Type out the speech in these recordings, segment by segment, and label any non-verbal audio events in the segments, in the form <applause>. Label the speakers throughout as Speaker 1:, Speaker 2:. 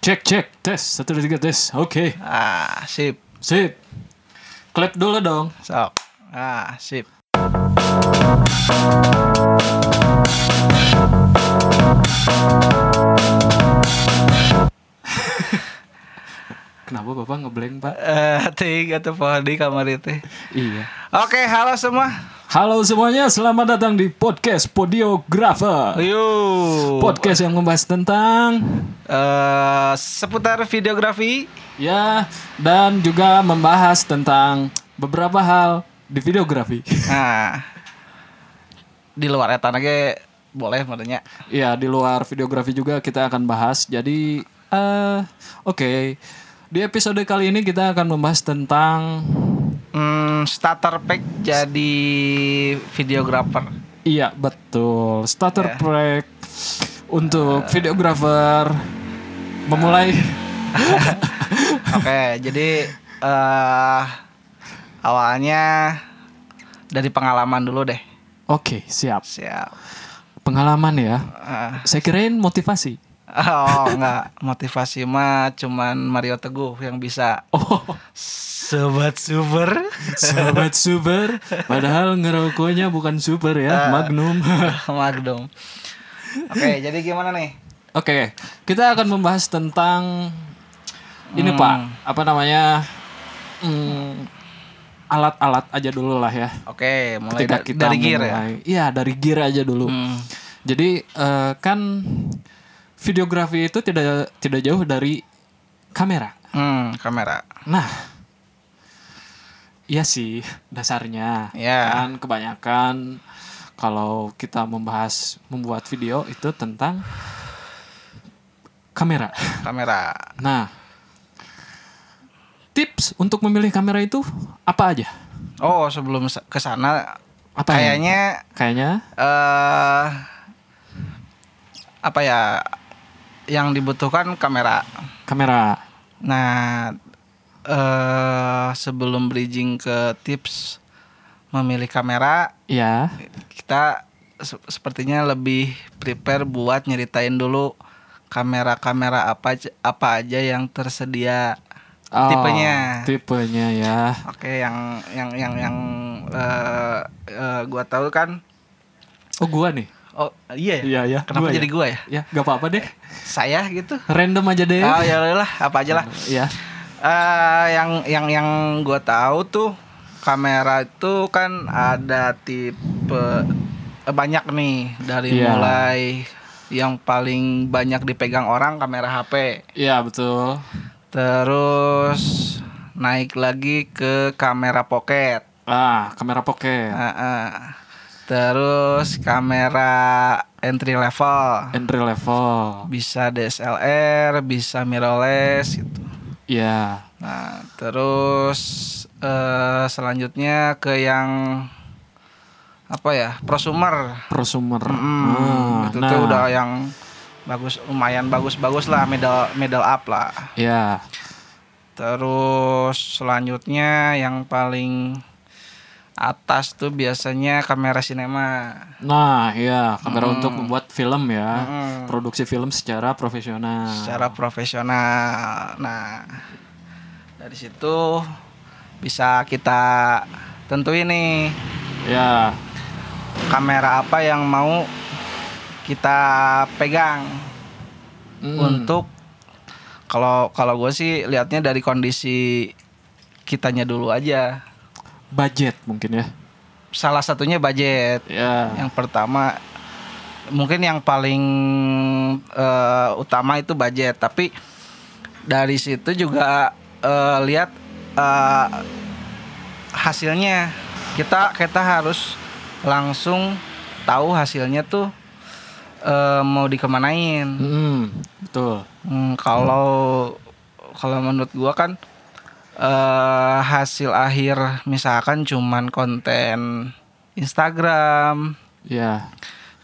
Speaker 1: Cek cek tes satu dua tiga tes. Oke
Speaker 2: Ah, sip.
Speaker 1: sip. Clap dulu dong.
Speaker 2: Sok. Ah, sip.
Speaker 1: Kenapa bapak ngeblank pak?
Speaker 2: Eh, <laughs> tiga tuh pohon di kamar itu.
Speaker 1: Iya.
Speaker 2: Oke, halo semua.
Speaker 1: Halo semuanya, selamat datang di podcast Podiografer.
Speaker 2: Yuk.
Speaker 1: Podcast yang membahas tentang
Speaker 2: Eh, seputar videografi.
Speaker 1: ya dan juga membahas tentang beberapa hal di videografi. <laughs>
Speaker 2: Nah. Di luar etan aja boleh menurutnya.
Speaker 1: Iya di luar videografi juga kita akan bahas. Jadi eh oke di episode kali ini kita akan membahas tentang
Speaker 2: Hmm, starter pack jadi videografer.
Speaker 1: Iya betul
Speaker 2: Ya.
Speaker 1: starter pack untuk videographer memulai
Speaker 2: Ah. Oke, jadi eh awalnya dari pengalaman dulu deh.
Speaker 1: <laughs> Oke siap
Speaker 2: Siap.
Speaker 1: pengalaman ya
Speaker 2: Ah.
Speaker 1: saya kirain motivasi
Speaker 2: Oh enggak, motivasi mah cuman Mario Teguh yang bisa <laughs>
Speaker 1: Oh
Speaker 2: Sobat Super <laughs>
Speaker 1: sobat super padahal ngerokoknya bukan super
Speaker 2: Ah.
Speaker 1: ya Magnum <laughs>
Speaker 2: Magnum Oke, jadi gimana nih?
Speaker 1: Oke kita akan membahas tentang ini
Speaker 2: Hmm.
Speaker 1: pak apa namanya hmm, alat-alat aja dulu lah ya
Speaker 2: Oke, mulai
Speaker 1: ketika
Speaker 2: da-
Speaker 1: kita
Speaker 2: dari gear ya Hmm.
Speaker 1: mulai- Iya dari gear aja dulu. Jadi eh, kan videografi itu tidak tidak jauh dari kamera.
Speaker 2: Hmm, kamera
Speaker 1: Nah, iya sih dasarnya.
Speaker 2: Iya.
Speaker 1: Kan kebanyakan kalau kita membahas membuat video itu tentang kamera.
Speaker 2: Kamera
Speaker 1: Nah, tips untuk memilih kamera itu apa aja?
Speaker 2: Oh, sebelum sa- ke sana
Speaker 1: Apa ya?
Speaker 2: Kayaknya
Speaker 1: Kayaknya
Speaker 2: eh Apa ya Yang dibutuhkan kamera
Speaker 1: kamera.
Speaker 2: Nah, eh sebelum bridging ke tips memilih kamera,
Speaker 1: Iya.
Speaker 2: kita se- sepertinya lebih prepare buat nyeritain dulu kamera-kamera apa aja- apa aja yang tersedia.
Speaker 1: Oh,
Speaker 2: Tipenya.
Speaker 1: tipenya ya
Speaker 2: Oke, yang yang yang yang eh eh, gua tahu kan.
Speaker 1: oh gua nih
Speaker 2: Oh, iya ya.
Speaker 1: iya ya
Speaker 2: Kenapa
Speaker 1: gua
Speaker 2: jadi
Speaker 1: ya?
Speaker 2: gua ya?
Speaker 1: ya gak apa apa deh
Speaker 2: Saya gitu.
Speaker 1: random aja deh
Speaker 2: Oh, ya lah, apa aja lah.
Speaker 1: ya
Speaker 2: Eh, yang yang yang gue tahu tuh kamera itu kan ada tipe eh, banyak nih dari
Speaker 1: Iya.
Speaker 2: mulai yang paling banyak dipegang orang kamera HP
Speaker 1: ya betul
Speaker 2: terus naik lagi ke kamera pocket
Speaker 1: ah kamera pocket
Speaker 2: Eh, eh. terus kamera entry level
Speaker 1: entry level
Speaker 2: bisa DSLR bisa mirrorless gitu
Speaker 1: ya
Speaker 2: Nah, terus eh, selanjutnya ke yang apa ya? Prosumer.
Speaker 1: prosumer
Speaker 2: Hmm,
Speaker 1: Ah,
Speaker 2: itu
Speaker 1: nah
Speaker 2: tuh udah yang bagus lumayan bagus-bagus lah middle middle up lah.
Speaker 1: ya
Speaker 2: Terus selanjutnya yang paling atas tuh biasanya kamera sinema.
Speaker 1: nah ya kamera untuk membuat film ya
Speaker 2: Mm-mm.
Speaker 1: produksi film secara profesional
Speaker 2: secara profesional. Nah, dari situ bisa kita tentuin nih
Speaker 1: ya
Speaker 2: kamera apa yang mau kita pegang
Speaker 1: Mm.
Speaker 2: untuk kalau kalau gue sih lihatnya dari kondisi kitanya dulu aja
Speaker 1: budget mungkin ya
Speaker 2: salah satunya budget
Speaker 1: ya
Speaker 2: yang pertama mungkin yang paling eh, utama itu budget tapi dari situ juga eh, lihat eh, hasilnya kita kita harus langsung tahu hasilnya tuh eh, mau dikemanain
Speaker 1: Mm-mm, betul
Speaker 2: Hmm, kalau kalau menurut gua kan eh hasil akhir misalkan cuman konten Instagram
Speaker 1: ya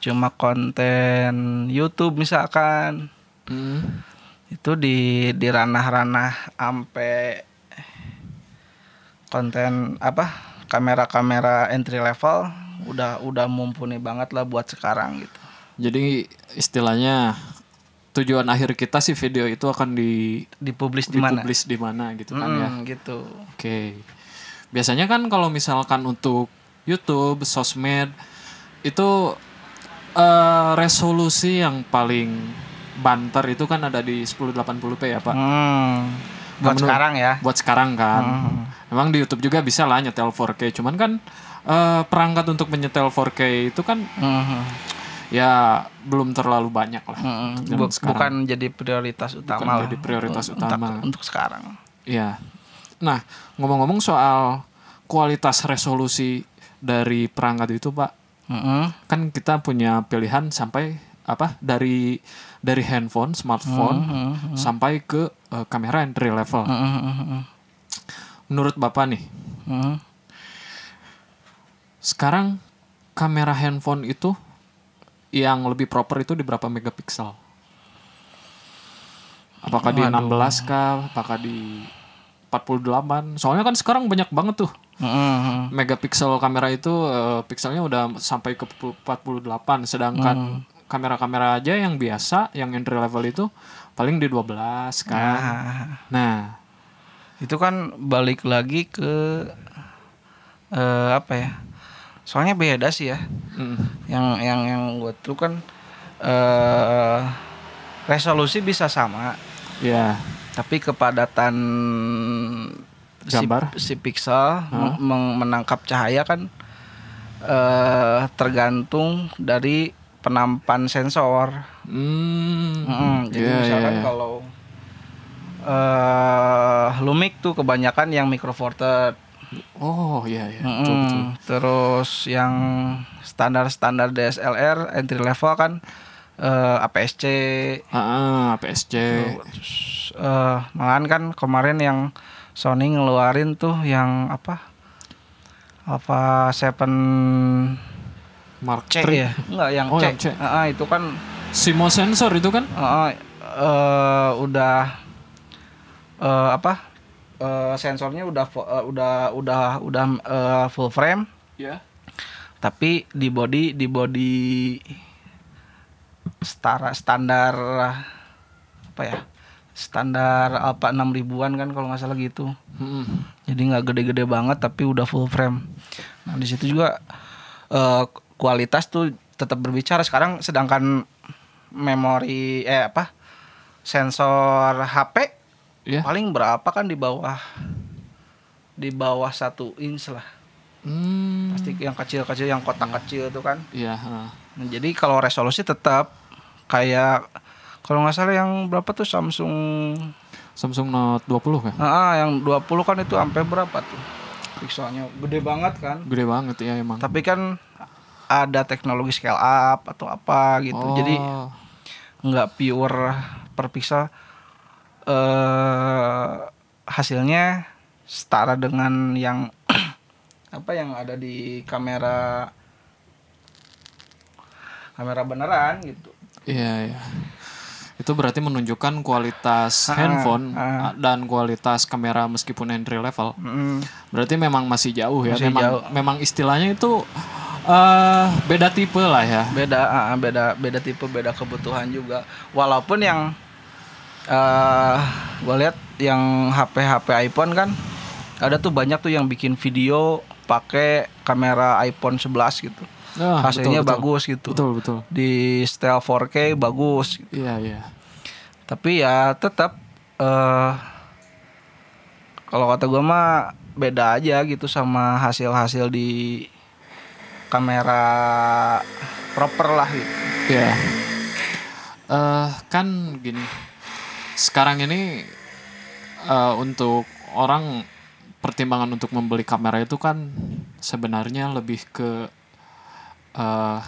Speaker 2: cuma konten YouTube misalkan
Speaker 1: Mm.
Speaker 2: itu di di ranah-ranah ampe konten apa kamera-kamera entry level udah udah mumpuni banget lah buat sekarang gitu.
Speaker 1: Jadi istilahnya tujuan akhir kita sih video itu akan di
Speaker 2: dipublish di mana?
Speaker 1: dipublish di mana gitu kan ya.
Speaker 2: Hmm, gitu.
Speaker 1: Oke. Biasanya kan kalau misalkan untuk YouTube, sosmed itu eh, resolusi yang paling banter itu kan ada di 1080p ya, Pak.
Speaker 2: Hmm. Buat
Speaker 1: menurut-
Speaker 2: sekarang ya.
Speaker 1: Buat sekarang kan. Memang di YouTube juga bisa lah nyetel 4K, cuman kan eh, perangkat untuk menyetel 4K itu kan
Speaker 2: Hmm.
Speaker 1: ya belum terlalu banyak lah.
Speaker 2: Hmm.
Speaker 1: Zaman
Speaker 2: Bu-
Speaker 1: sekarang.
Speaker 2: bukan jadi prioritas utama
Speaker 1: jadi
Speaker 2: lah.
Speaker 1: prioritas
Speaker 2: Untuk-
Speaker 1: utama.
Speaker 2: untuk sekarang.
Speaker 1: Iya. Nah, ngomong-ngomong soal kualitas resolusi dari perangkat itu, Pak,
Speaker 2: Hmm.
Speaker 1: kan kita punya pilihan sampai apa dari dari handphone, smartphone
Speaker 2: Hmm.
Speaker 1: sampai ke eh, kamera entry level.
Speaker 2: Hmm. Hmm.
Speaker 1: Menurut Bapak nih,
Speaker 2: Hmm.
Speaker 1: sekarang kamera handphone itu yang lebih proper itu di berapa megapiksel? Apakah di 16 kah? Apakah di 48? Soalnya kan sekarang banyak banget tuh
Speaker 2: Hmm.
Speaker 1: megapiksel kamera itu eh, pikselnya udah sampai ke 48
Speaker 2: Hmm.
Speaker 1: sedangkan kamera-kamera aja yang biasa yang entry level itu paling di 12 kan.
Speaker 2: Ah.
Speaker 1: Nah,
Speaker 2: itu kan balik lagi ke eh, apa ya soalnya beda sih ya
Speaker 1: mm,
Speaker 2: yang yang yang gue tuh kan eh resolusi bisa sama
Speaker 1: ya
Speaker 2: tapi kepadatan si-
Speaker 1: Gambar.
Speaker 2: si, pixel meng- meng- menangkap cahaya kan eh tergantung dari penampan sensor
Speaker 1: Hmm,
Speaker 2: Mm, jadi
Speaker 1: ya,
Speaker 2: misalkan
Speaker 1: ya, ya.
Speaker 2: kalau eh Lumik tuh kebanyakan yang micro four third.
Speaker 1: Oh, iya ya.
Speaker 2: Mm, terus yang standar-standar DSLR entry level kan eh, APS-C
Speaker 1: Ah, ah, PSC.
Speaker 2: terus eh, malahan kan kemarin yang Sony ngeluarin tuh yang apa apa Seven
Speaker 1: Mark
Speaker 2: C
Speaker 1: III.
Speaker 2: ya enggak yang
Speaker 1: Oh,
Speaker 2: C,
Speaker 1: yang C.
Speaker 2: Ah, itu kan
Speaker 1: Simo sensor itu kan?
Speaker 2: Heeh, eh, udah eh, apa eh, sensornya udah fu- eh, udah udah udah eh, full frame
Speaker 1: Ya.
Speaker 2: tapi di body di body setara standar apa ya standar apa 6000 ribuan kan kalau nggak salah gitu jadi nggak gede-gede banget tapi udah full frame nah di situ juga eh, kualitas tuh tetap berbicara sekarang sedangkan memori eh apa sensor HP
Speaker 1: Iya.
Speaker 2: paling berapa kan di bawah di bawah satu inch lah
Speaker 1: Hmm.
Speaker 2: pasti yang kecil-kecil yang kotak kecil itu kan
Speaker 1: Iya, ah.
Speaker 2: Nah, jadi kalau resolusi tetap kayak kalau nggak salah yang berapa tuh Samsung
Speaker 1: Samsung Note 20 kan?
Speaker 2: ah ah, yang 20 kan itu sampai berapa tuh pikselnya gede banget kan
Speaker 1: Gede banget ya emang.
Speaker 2: tapi kan ada teknologi scale up atau apa gitu
Speaker 1: Oh,
Speaker 2: jadi nggak pure per pixel eh hasilnya setara dengan yang <clears throat> apa yang ada di kamera kamera beneran gitu
Speaker 1: Iya, iya. Itu berarti menunjukkan kualitas handphone
Speaker 2: ah.
Speaker 1: dan kualitas kamera meskipun entry level.
Speaker 2: Mm,
Speaker 1: Berarti memang masih jauh ya.
Speaker 2: Masih
Speaker 1: memang
Speaker 2: jauh.
Speaker 1: memang istilahnya itu eh beda tipe lah ya.
Speaker 2: beda ah, ah, beda beda tipe beda kebutuhan juga walaupun yang eh gue lihat yang HP HP iPhone kan ada tuh banyak tuh yang bikin video pakai kamera iPhone 11 gitu
Speaker 1: Ah,
Speaker 2: hasilnya
Speaker 1: betul,
Speaker 2: bagus gitu
Speaker 1: Betul, betul.
Speaker 2: di style 4K bagus gitu.
Speaker 1: Iya, iya.
Speaker 2: tapi ya tetap eh kalau kata gua mah beda aja gitu sama hasil-hasil di kamera proper lah gitu
Speaker 1: Iya. Eh, kan gini. Sekarang ini eh, untuk orang pertimbangan untuk membeli kamera itu kan sebenarnya lebih ke eh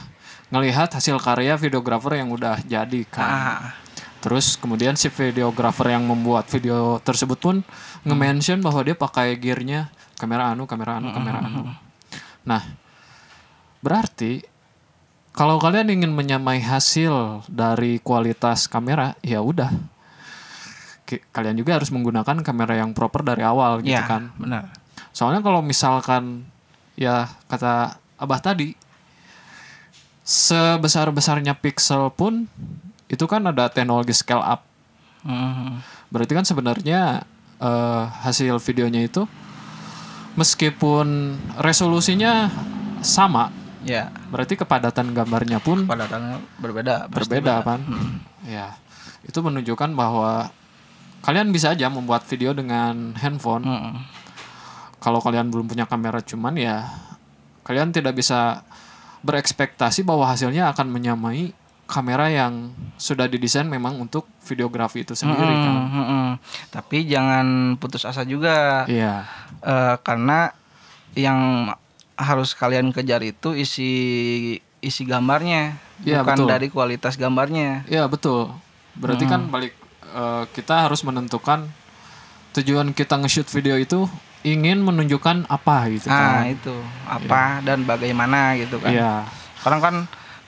Speaker 1: ngelihat hasil karya videografer yang udah jadi kan.
Speaker 2: ah
Speaker 1: Terus kemudian si videografer yang membuat video tersebut pun nge-mention bahwa dia pakai gearnya kamera anu, kamera anu, kamera anu. Nah, berarti kalau kalian ingin menyamai hasil dari kualitas kamera, ya udah. Ki- Kalian juga harus menggunakan kamera yang proper dari awal gitu
Speaker 2: ya
Speaker 1: kan.
Speaker 2: benar
Speaker 1: Soalnya kalau misalkan ya kata Abah tadi sebesar-besarnya pixel pun itu kan ada teknologi scale up.
Speaker 2: Hmm.
Speaker 1: Berarti kan sebenarnya eh, hasil videonya itu meskipun resolusinya sama,
Speaker 2: Ya,
Speaker 1: berarti kepadatan gambarnya pun
Speaker 2: padatannya berbeda. pasti
Speaker 1: berbeda kan ya itu menunjukkan bahwa kalian bisa aja membuat video dengan handphone
Speaker 2: Mm-mm.
Speaker 1: kalau kalian belum punya kamera cuman ya kalian tidak bisa berekspektasi bahwa hasilnya akan menyamai kamera yang sudah didesain memang untuk videografi itu sendiri kan
Speaker 2: Mm-mm, mm-mm. Mm-hmm. Tapi jangan putus asa juga.
Speaker 1: iya
Speaker 2: Eh, karena yang harus kalian kejar itu isi isi gambarnya,
Speaker 1: Iya,
Speaker 2: bukan
Speaker 1: betul.
Speaker 2: dari kualitas gambarnya.
Speaker 1: iya betul berarti kan balik eh, kita harus menentukan tujuan kita nge-shoot video itu ingin menunjukkan apa gitu kan
Speaker 2: Nah, itu apa dan bagaimana gitu kan.
Speaker 1: iya
Speaker 2: Sekarang kan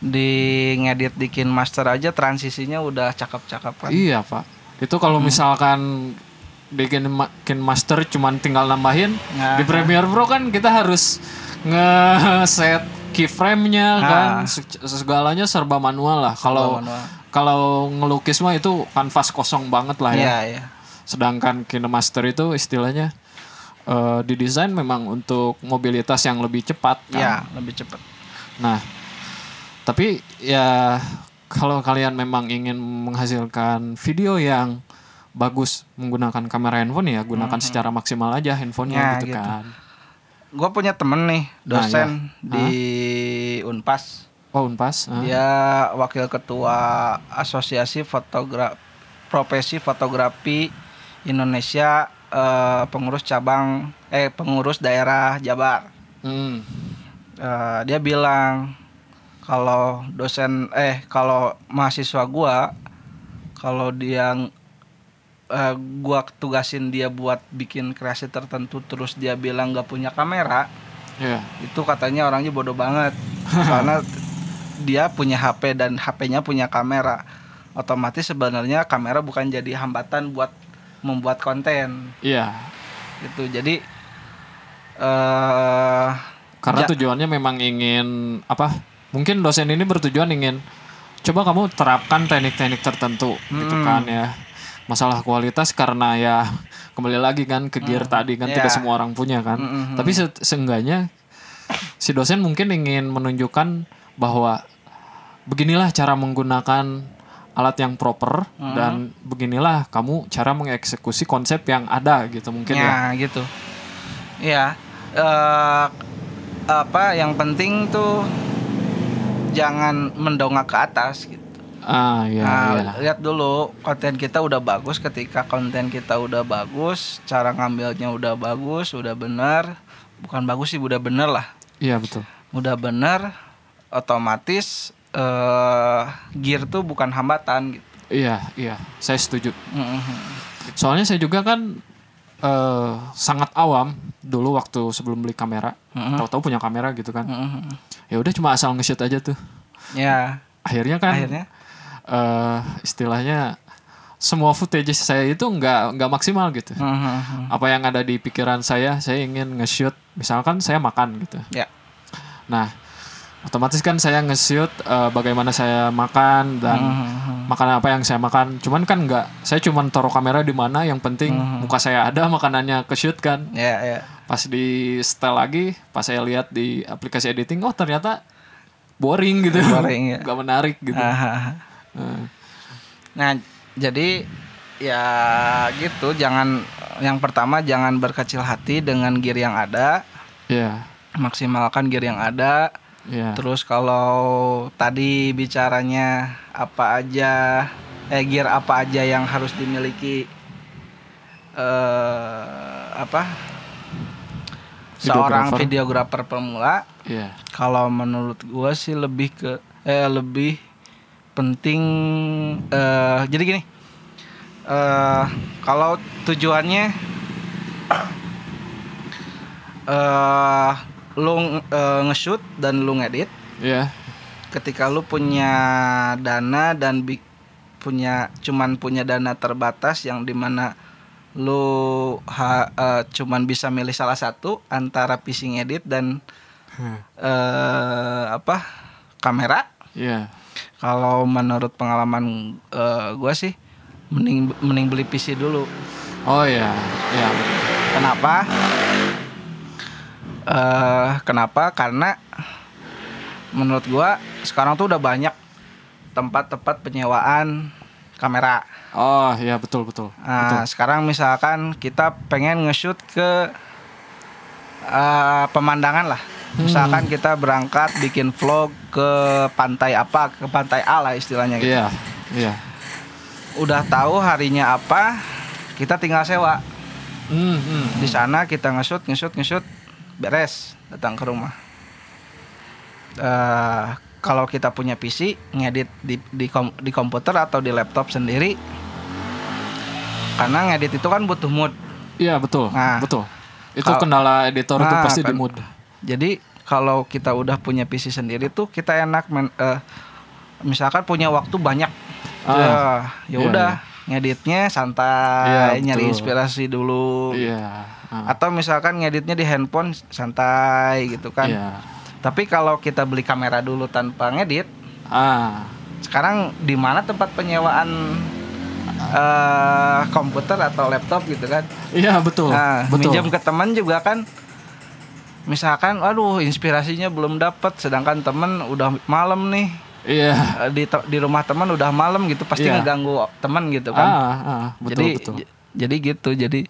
Speaker 2: di ngedit bikin master aja transisinya udah cakep-cakep kan. Hmm.
Speaker 1: Iya pak. Itu kalau misalkan bikin ma- bikin master cuman tinggal nambahin
Speaker 2: Nah.
Speaker 1: di Premiere Pro kan kita harus nge-set keyframe-nya kan se- segalanya serba manual lah. Kalau
Speaker 2: Ah. manual.
Speaker 1: kalau ngelukis mah itu kanvas kosong banget lah ya.
Speaker 2: Iya, iya.
Speaker 1: Sedangkan KineMaster itu istilahnya eh, didesain memang untuk mobilitas yang lebih cepat kan.
Speaker 2: Iya, lebih cepat.
Speaker 1: Nah, tapi ya kalau kalian memang ingin menghasilkan video yang bagus menggunakan kamera handphone ya gunakan secara maksimal aja handphonenya
Speaker 2: Mm-hmm. Ya,
Speaker 1: gitu,
Speaker 2: gitu.
Speaker 1: kan.
Speaker 2: Gue punya temen nih,
Speaker 1: Nah,
Speaker 2: dosen di Unpas.
Speaker 1: Oh unpas. ah.
Speaker 2: Dia wakil ketua Asosiasi Fotografi Profesi Fotografi Indonesia eh, pengurus cabang eh pengurus daerah Jabar.
Speaker 1: Hmm.
Speaker 2: Eh, dia bilang kalau dosen eh kalau mahasiswa gua kalau dia eh, gua tugasin dia buat bikin kreasi tertentu terus dia bilang nggak punya kamera
Speaker 1: Iya.
Speaker 2: itu katanya orangnya bodoh banget karena dia punya HP dan HP-nya punya kamera otomatis sebenarnya kamera bukan jadi hambatan buat membuat konten
Speaker 1: Iya.
Speaker 2: gitu jadi eh
Speaker 1: Karena
Speaker 2: Ja-
Speaker 1: tujuannya memang ingin apa? Mungkin dosen ini bertujuan ingin coba kamu terapkan teknik-teknik tertentu gitu kan ya. Masalah kualitas karena ya kembali lagi kan ke gear tadi kan tidak
Speaker 2: Iya.
Speaker 1: semua orang punya kan.
Speaker 2: Mm, mm, mm.
Speaker 1: Tapi se- seenggaknya si dosen mungkin ingin menunjukkan bahwa beginilah cara menggunakan alat yang proper dan beginilah kamu cara mengeksekusi konsep yang ada gitu mungkin ya.
Speaker 2: ya gitu ya eh, apa yang penting tuh jangan mendongak ke atas gitu
Speaker 1: Ah ya ya.
Speaker 2: Nah, lihat dulu konten kita udah bagus ketika konten kita udah bagus, cara ngambilnya udah bagus, udah benar. Bukan bagus sih, udah benar lah.
Speaker 1: Iya betul.
Speaker 2: Udah benar otomatis eh gear tuh bukan hambatan gitu.
Speaker 1: Iya, iya, saya setuju.
Speaker 2: Mhm.
Speaker 1: Soalnya saya juga kan eh, sangat awam dulu waktu sebelum beli kamera.
Speaker 2: Mhm.
Speaker 1: Tahu-tahu punya kamera gitu kan.
Speaker 2: Mhm.
Speaker 1: Ya udah cuma asal nge-shoot aja tuh.
Speaker 2: Ya,
Speaker 1: Akhirnya kan
Speaker 2: akhirnya
Speaker 1: eh, istilahnya semua footage saya itu nggak nggak maksimal gitu.
Speaker 2: Mhm.
Speaker 1: Apa yang ada di pikiran saya, saya ingin nge-shoot misalkan saya makan gitu.
Speaker 2: ya.
Speaker 1: Nah, otomatis kan saya nge-shoot eh, bagaimana saya makan dan
Speaker 2: Mhm.
Speaker 1: makanan apa yang saya makan. Cuman kan nggak, saya cuman taruh kamera di mana. Yang penting
Speaker 2: Hmm.
Speaker 1: muka saya ada, makanannya ke shoot kan.
Speaker 2: Ya, ya. <laughs>
Speaker 1: Pas di setel lagi, pas saya lihat di aplikasi editing, oh ternyata boring gitu,
Speaker 2: Boring, ya.
Speaker 1: <laughs> nggak menarik gitu.
Speaker 2: Aha.
Speaker 1: Nah,
Speaker 2: Nah, jadi ya gitu, jangan yang pertama jangan berkecil hati dengan gear yang ada.
Speaker 1: ya,
Speaker 2: maksimalkan gear yang ada.
Speaker 1: ya,
Speaker 2: Terus kalau tadi bicaranya apa aja eh gear apa aja yang harus dimiliki eh apa seorang
Speaker 1: Videographer.
Speaker 2: videografer pemula
Speaker 1: ya,
Speaker 2: kalau menurut gua sih lebih ke eh lebih penting eh jadi gini eh kalau tujuannya eh lu nge- eh, nge-shoot dan lu ngedit
Speaker 1: ya,
Speaker 2: ketika lu punya dana dan bi- punya cuman punya dana terbatas yang dimana lu ha- eh, cuman bisa milih salah satu antara PC edit dan
Speaker 1: Hmm.
Speaker 2: eh apa kamera
Speaker 1: ya,
Speaker 2: Kalau menurut pengalaman eh, gua sih mending mending beli PC dulu.
Speaker 1: Oh iya, iya. betul.
Speaker 2: Kenapa? Eh, kenapa? Karena menurut gua sekarang tuh udah banyak tempat-tempat penyewaan kamera.
Speaker 1: Oh iya betul betul.
Speaker 2: Nah, sekarang misalkan kita pengen nge-shoot ke eh, pemandangan lah.
Speaker 1: Hmm.
Speaker 2: Misalkan kita berangkat bikin vlog ke pantai apa, ke pantai A lah istilahnya gitu.
Speaker 1: Iya, iya.
Speaker 2: Udah tahu harinya apa, kita tinggal sewa.
Speaker 1: Hmm, hmm.
Speaker 2: Di sana kita nge-shoot, nge-shoot, nge-shoot, beres, datang ke rumah. Eh, kalau kita punya PC, ngedit di di, kom- di komputer atau di laptop sendiri. Karena ngedit itu kan butuh mood.
Speaker 1: Iya betul,
Speaker 2: Nah.
Speaker 1: betul. Itu
Speaker 2: Kalau-
Speaker 1: kendala editor itu
Speaker 2: Nah,
Speaker 1: pasti
Speaker 2: kan.
Speaker 1: di mood.
Speaker 2: Jadi kalau kita udah punya PC sendiri tuh kita enak men, eh, misalkan punya waktu banyak.
Speaker 1: Ah,
Speaker 2: ya
Speaker 1: iya,
Speaker 2: udah ngeditnya santai,
Speaker 1: Iya,
Speaker 2: nyari
Speaker 1: betul.
Speaker 2: inspirasi dulu.
Speaker 1: Iya. ah,
Speaker 2: Atau misalkan ngeditnya di handphone santai gitu kan.
Speaker 1: Iya.
Speaker 2: Tapi kalau kita beli kamera dulu tanpa ngedit,
Speaker 1: Ah,
Speaker 2: sekarang di mana tempat penyewaan eh komputer atau laptop gitu kan?
Speaker 1: iya betul,
Speaker 2: Nah,
Speaker 1: betul.
Speaker 2: minjam ke teman juga kan misalkan aduh inspirasinya belum dapat sedangkan teman udah malam nih
Speaker 1: Iya.
Speaker 2: eh, di te- di rumah teman udah malam gitu pasti
Speaker 1: Iya.
Speaker 2: ngeganggu teman gitu kan.
Speaker 1: Ah, ah, betul
Speaker 2: jadi
Speaker 1: betul.
Speaker 2: j- jadi gitu. Jadi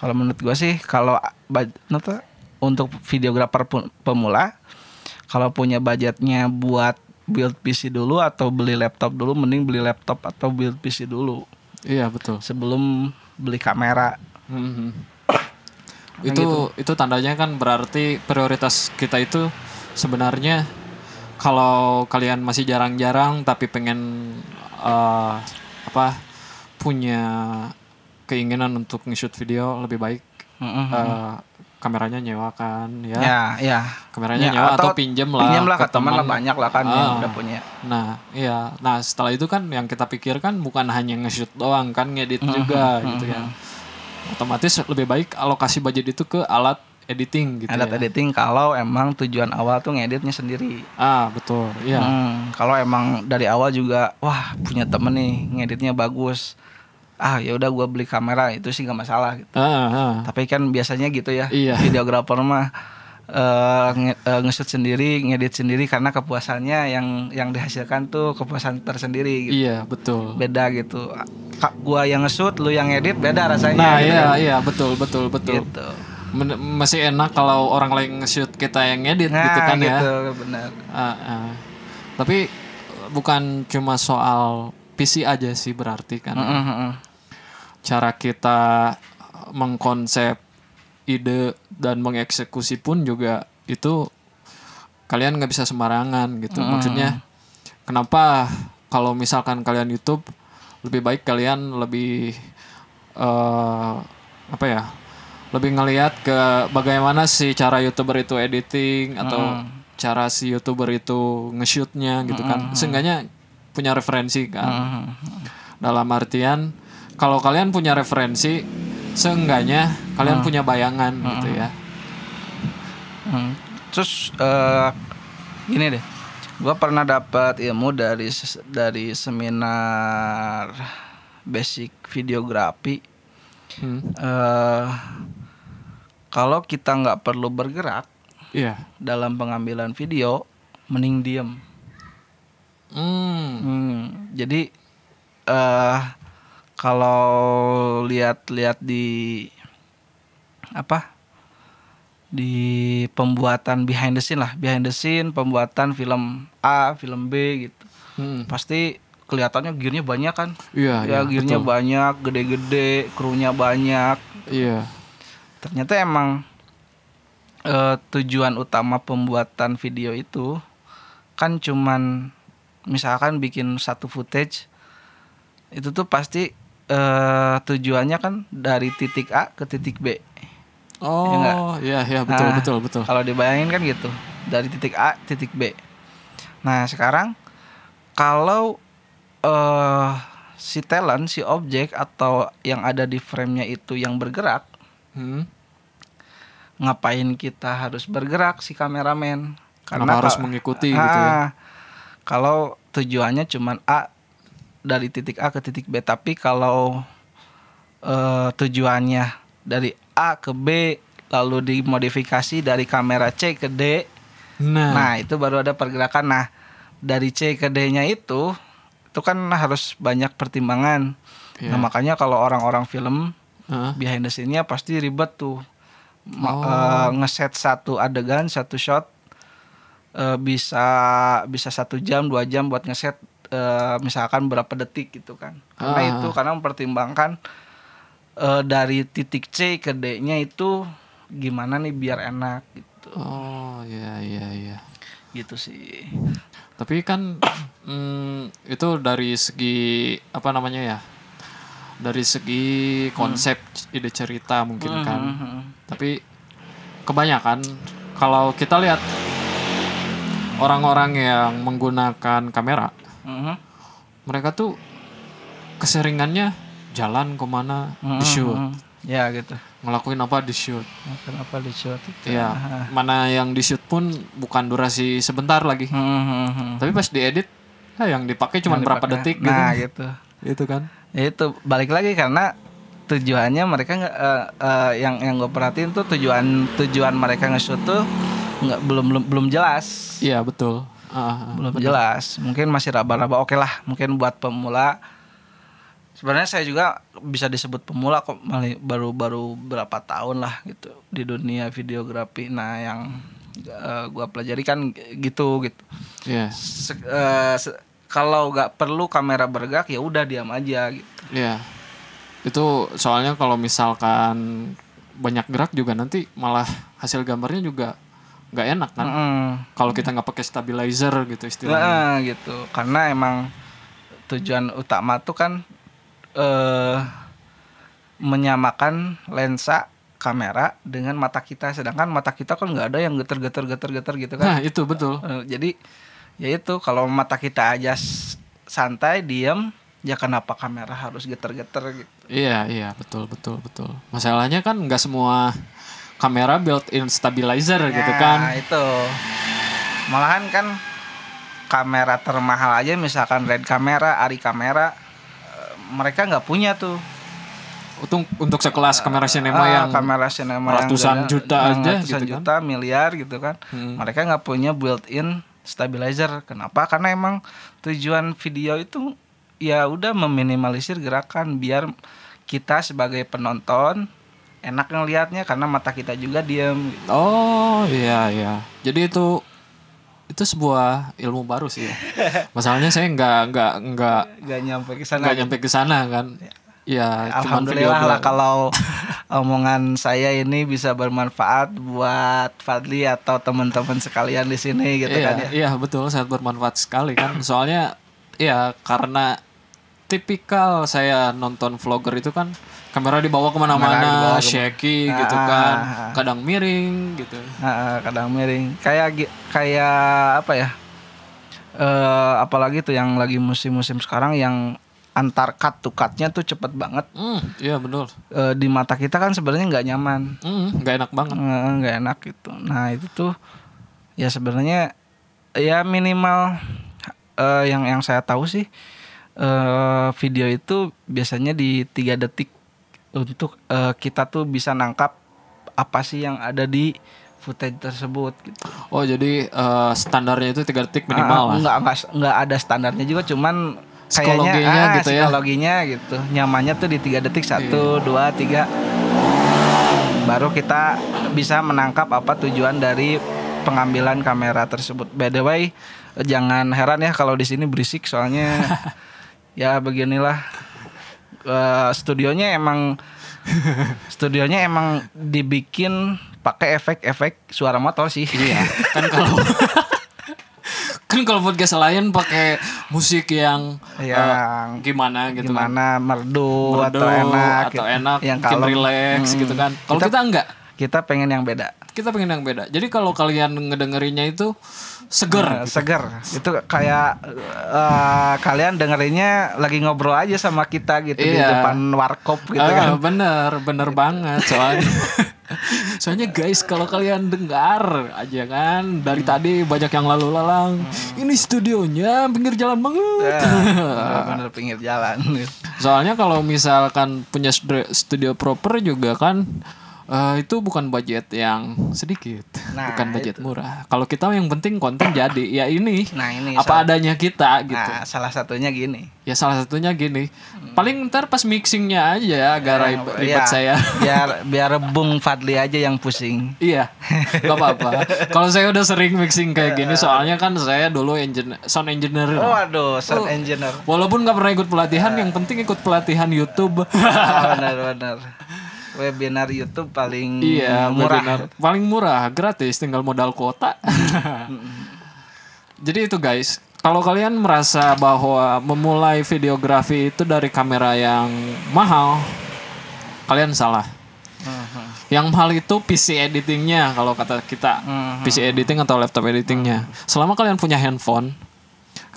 Speaker 2: kalau menurut gua sih kalau bud- no, tuh, untuk videografer pu- pemula kalau punya budgetnya buat build PC dulu atau beli laptop dulu mending beli laptop atau build PC dulu
Speaker 1: Iya betul.
Speaker 2: sebelum beli kamera. hmm.
Speaker 1: Mhm. itu
Speaker 2: gitu.
Speaker 1: itu tandanya kan berarti prioritas kita itu sebenarnya kalau kalian masih jarang-jarang tapi pengen eh, apa punya keinginan untuk nge-shoot video lebih baik
Speaker 2: Mm-mm.
Speaker 1: eh, kameranya nyewakan ya.
Speaker 2: Hmm. Ya, ya.
Speaker 1: Kameranya
Speaker 2: Ya,
Speaker 1: nyewa atau,
Speaker 2: atau
Speaker 1: pinjem lah.
Speaker 2: pinjam lah ke teman lah
Speaker 1: teman.
Speaker 2: banyak lah kan yang
Speaker 1: Ah.
Speaker 2: udah punya.
Speaker 1: Nah, iya. Nah, setelah itu kan yang kita pikirkan bukan hanya nge-shoot doang kan, ngedit
Speaker 2: Mm-hmm.
Speaker 1: juga gitu ya. Otomatis lebih baik alokasi budget itu ke alat editing gitu
Speaker 2: Ada
Speaker 1: ya.
Speaker 2: editing kalau emang tujuan awal tuh ngeditnya sendiri.
Speaker 1: Ah, betul. Iya.
Speaker 2: Hmm, kalau emang dari awal juga wah punya temen nih ngeditnya bagus. Ah ya udah gua beli kamera itu sih gak masalah gitu.
Speaker 1: Ah, ah, ah.
Speaker 2: Tapi kan biasanya gitu ya.
Speaker 1: Iya.
Speaker 2: Videografer mah eh nge- eh, nge-shoot sendiri, ngedit sendiri karena kepuasannya yang yang dihasilkan tuh kepuasan tersendiri gitu.
Speaker 1: Iya, betul.
Speaker 2: Beda gitu. Kak, gua yang nge-shoot, lu yang ngedit beda rasanya.
Speaker 1: Nah,
Speaker 2: gitu
Speaker 1: iya,
Speaker 2: kan.
Speaker 1: iya, betul, betul, betul.
Speaker 2: Gitu.
Speaker 1: Men- masih enak kalau orang lain nge-shoot kita yang ngedit gitu kan ya.
Speaker 2: gitu, benar.
Speaker 1: Ah, ah. Tapi eh, bukan cuma soal PC aja sih berarti kan.
Speaker 2: Mm, mm, mm.
Speaker 1: cara kita mengkonsep ide dan mengeksekusi pun juga itu kalian nggak bisa sembarangan gitu maksudnya kenapa kalau misalkan kalian YouTube lebih baik kalian lebih eh apa ya lebih ngelihat ke bagaimana si cara youtuber itu editing atau cara si youtuber itu nge-shootnya gitu kan seenggaknya punya referensi kan dalam artian kalau kalian punya referensi seenggaknya kalian punya bayangan gitu ya
Speaker 2: Hmm. Terus eh, gini deh, gua pernah dapat ilmu dari ses- dari seminar basic videografi.
Speaker 1: Hmm.
Speaker 2: eh kalau kita nggak perlu bergerak
Speaker 1: iya
Speaker 2: dalam pengambilan video, mending diem.
Speaker 1: hmm.
Speaker 2: Hmm, jadi eh kalau lihat-lihat di apa di pembuatan behind the scene lah, behind the scene pembuatan film A, film B gitu.
Speaker 1: Hmm.
Speaker 2: Pasti kelihatannya gearnya banyak kan?
Speaker 1: iya iya
Speaker 2: ya, gearnya
Speaker 1: betul.
Speaker 2: banyak, gede-gede, krunya banyak.
Speaker 1: iya
Speaker 2: Ternyata emang eh, tujuan utama pembuatan video itu kan cuman misalkan bikin satu footage itu tuh pasti eh, tujuannya kan dari titik A ke titik B. nggak?
Speaker 1: oh iya iya betul
Speaker 2: Nah,
Speaker 1: betul betul
Speaker 2: Kalau dibayangin kan gitu dari titik A titik B. Nah sekarang kalau eh si talent si objek atau yang ada di framenya itu yang bergerak
Speaker 1: hmm.
Speaker 2: ngapain kita harus bergerak si kameramen
Speaker 1: karena harus
Speaker 2: kalau-
Speaker 1: mengikuti gitu ya
Speaker 2: Ah, kalau tujuannya cuman A dari titik A ke titik B tapi kalau eh, tujuannya dari A ke B lalu dimodifikasi dari kamera C ke D
Speaker 1: Nah,
Speaker 2: Nah, itu baru ada pergerakan. Nah, dari C ke D-nya itu itu kan harus banyak pertimbangan.
Speaker 1: Iya.
Speaker 2: Nah, makanya kalau orang-orang film
Speaker 1: Heeh.
Speaker 2: behind the scene-nya pasti ribet tuh. Ma-
Speaker 1: Oh.
Speaker 2: eh, ngeset satu adegan, satu shot eh, bisa bisa satu jam, dua jam buat ngeset eh, misalkan berapa detik gitu kan. Karena
Speaker 1: Ah.
Speaker 2: itu karena mempertimbangkan eh, dari titik C ke D-nya itu gimana nih biar enak gitu.
Speaker 1: oh iya iya iya.
Speaker 2: Gitu sih.
Speaker 1: Tapi kan mm, itu dari segi apa namanya ya? Dari segi konsep ide cerita mungkin kan.
Speaker 2: Mhm.
Speaker 1: Tapi kebanyakan kalau kita lihat orang-orang yang menggunakan kamera,
Speaker 2: Mhm.
Speaker 1: mereka tuh keseringannya jalan kemana di shoot,
Speaker 2: Mhm. Ya gitu.
Speaker 1: ngelakuin apa di shoot.
Speaker 2: Kenapa di shoot itu?
Speaker 1: Iya, mana yang di shoot pun bukan durasi sebentar lagi.
Speaker 2: Mhm.
Speaker 1: Tapi pas diedit, ya yang dipakai cuma
Speaker 2: Yang
Speaker 1: berapa
Speaker 2: dipakai.
Speaker 1: detik gitu.
Speaker 2: Nah gitu.
Speaker 1: Itu kan.
Speaker 2: Ya, Itu balik lagi karena tujuannya mereka nggak eh, eh, yang yang gue perhatiin tuh tujuan tujuan mereka nge-shoot tuh nggak belum belum belum jelas.
Speaker 1: Iya, betul. Ah,
Speaker 2: belum jelas mungkin masih raba-raba oke lah mungkin buat pemula sebenarnya saya juga bisa disebut pemula kok mali- baru-baru berapa tahun lah gitu di dunia videografi nah yang eh, gua pelajari kan g- gitu gitu
Speaker 1: Iya.
Speaker 2: Se- eh, se- kalau nggak perlu kamera bergerak ya udah diam aja gitu
Speaker 1: Iya. Itu soalnya kalau misalkan banyak gerak juga nanti malah hasil gambarnya juga nggak enak kan.
Speaker 2: Mm-mm.
Speaker 1: Kalau kita nggak pakai stabilizer gitu istilahnya.
Speaker 2: Nah, gitu. Karena emang tujuan utama tuh kan eh menyamakan lensa kamera dengan mata kita sedangkan mata kita kan nggak ada yang geter-geter geter-geter gitu kan.
Speaker 1: Nah, itu betul.
Speaker 2: Eh, jadi ya itu kalau mata kita aja s- santai diam ya kenapa kamera harus geter-geter gitu.
Speaker 1: Iya, iya, betul, betul, betul. Masalahnya kan nggak semua kamera built-in stabilizer gitu
Speaker 2: Nah,
Speaker 1: kan.
Speaker 2: itu. Malahan kan kamera termahal aja misalkan Red kamera, Ari kamera eh, mereka nggak punya tuh
Speaker 1: Untuk untuk sekelas kamera sinema
Speaker 2: Ah,
Speaker 1: yang
Speaker 2: kamera sinema yang
Speaker 1: ratusan
Speaker 2: gede-
Speaker 1: juta
Speaker 2: yang
Speaker 1: aja
Speaker 2: ratusan
Speaker 1: gitu kan.
Speaker 2: juta miliar gitu kan
Speaker 1: Hmm.
Speaker 2: mereka nggak punya built-in stabilizer kenapa karena emang tujuan video itu ya udah meminimalisir gerakan biar kita sebagai penonton enak ngelihatnya karena mata kita juga diam gitu.
Speaker 1: Oh iya iya. Jadi itu itu sebuah ilmu baru
Speaker 2: <laughs>
Speaker 1: sih. ya. Masalahnya saya nggak nggak nggak
Speaker 2: nggak nyampe ke sana
Speaker 1: nggak nyampe ke sana kan. Ya, cuman video
Speaker 2: Alhamdulillah lah
Speaker 1: doang.
Speaker 2: kalau omongan saya ini bisa bermanfaat buat Fadli atau teman-teman sekalian di sini gitu
Speaker 1: iya,
Speaker 2: kan ya.
Speaker 1: iya betul sangat bermanfaat sekali kan. Soalnya ya karena tipikal saya nonton vlogger itu kan kamera dibawa kemana-mana, shaky gitu
Speaker 2: Ah,
Speaker 1: kan, kadang miring gitu.
Speaker 2: Nah, kadang miring kayak gi- kayak apa ya eh apalagi tuh yang lagi musim-musim sekarang yang antar cut to cutnya tuh cepet banget
Speaker 1: Hmm, iya betul.
Speaker 2: Eh, di mata kita kan sebenarnya nggak nyaman
Speaker 1: Hmm, nggak enak banget.
Speaker 2: Eh, nggak enak gitu nah itu tuh ya sebenarnya ya minimal eh, yang yang saya tahu sih eh video itu biasanya di tiga detik untuk eh, kita tuh bisa nangkap apa sih yang ada di footage tersebut gitu
Speaker 1: Oh, jadi eh, standarnya itu 3 detik minimal lah.
Speaker 2: Enggak, enggak, enggak ada standarnya juga, cuman
Speaker 1: Psikologinya
Speaker 2: kayaknya, ah,
Speaker 1: gitu ya. Iya.
Speaker 2: Psikologinya gitu. Nyamannya tuh di 3 detik, 1, 2, 3. Baru kita bisa menangkap apa tujuan dari pengambilan kamera tersebut. By the way, jangan heran ya kalau di sini berisik
Speaker 1: <laughs>
Speaker 2: soalnya ya beginilah Eh, studionya emang studionya emang dibikin pakai efek-efek suara motor sih.
Speaker 1: kan kalau <laughs> kan kalau podcast lain pakai musik yang
Speaker 2: <laughs> Yang
Speaker 1: eh, gimana gitu kan
Speaker 2: Iya. gimana merdu,
Speaker 1: Merdu
Speaker 2: atau enak
Speaker 1: atau
Speaker 2: gitu.
Speaker 1: enak
Speaker 2: yang
Speaker 1: mungkin
Speaker 2: kalem.
Speaker 1: relax
Speaker 2: Mm-mm.
Speaker 1: gitu kan kalau kita, enggak
Speaker 2: kita pengen yang
Speaker 1: <clears throat>
Speaker 2: beda
Speaker 1: kita pengen yang beda jadi kalau kalian ngedengerinnya itu seger
Speaker 2: Eh, seger itu kayak eh, kalian dengerinnya lagi ngobrol aja sama kita gitu di
Speaker 1: Iya. <laughs>
Speaker 2: depan warkop gitu
Speaker 1: Ah,
Speaker 2: kan
Speaker 1: bener bener banget soalnya <laughs> Soalnya guys kalau kalian dengar aja kan dari
Speaker 2: Hmm.
Speaker 1: tadi banyak yang lalu lalang. Ini studionya pinggir jalan banget.
Speaker 2: Eh, bener-bener pinggir jalan
Speaker 1: Soalnya kalau misalkan punya stud- studio proper juga kan eh, itu bukan budget yang sedikit,
Speaker 2: Nah,
Speaker 1: bukan budget murah. Kalau kita yang penting konten jadi, ya ini
Speaker 2: nah ini
Speaker 1: apa adanya kita gitu.
Speaker 2: nah salah satunya gini
Speaker 1: Ya salah satunya gini. Paling ntar pas mixingnya aja agak rib- ribet
Speaker 2: Ya,
Speaker 1: saya. <laughs>
Speaker 2: biar biar Bung Fadli aja yang pusing
Speaker 1: Iya, gak apa-apa. Kalau saya udah sering mixing kayak gini, soalnya kan saya dulu engine, sound engineer. Oh.
Speaker 2: waduh sound
Speaker 1: <laughs>
Speaker 2: engineer
Speaker 1: Walaupun nggak pernah ikut pelatihan, yang penting ikut pelatihan YouTube. <laughs>
Speaker 2: Ah, benar-benar webinar YouTube paling
Speaker 1: iya,
Speaker 2: murah
Speaker 1: webinar. Paling murah, gratis, tinggal modal kuota. Jadi itu guys, kalau kalian merasa bahwa memulai videografi itu dari kamera yang mahal, kalian salah.
Speaker 2: Mhm.
Speaker 1: Yang mahal itu PC editingnya kalau kata kita.
Speaker 2: Mhm.
Speaker 1: PC editing atau laptop editingnya. Selama kalian punya handphone,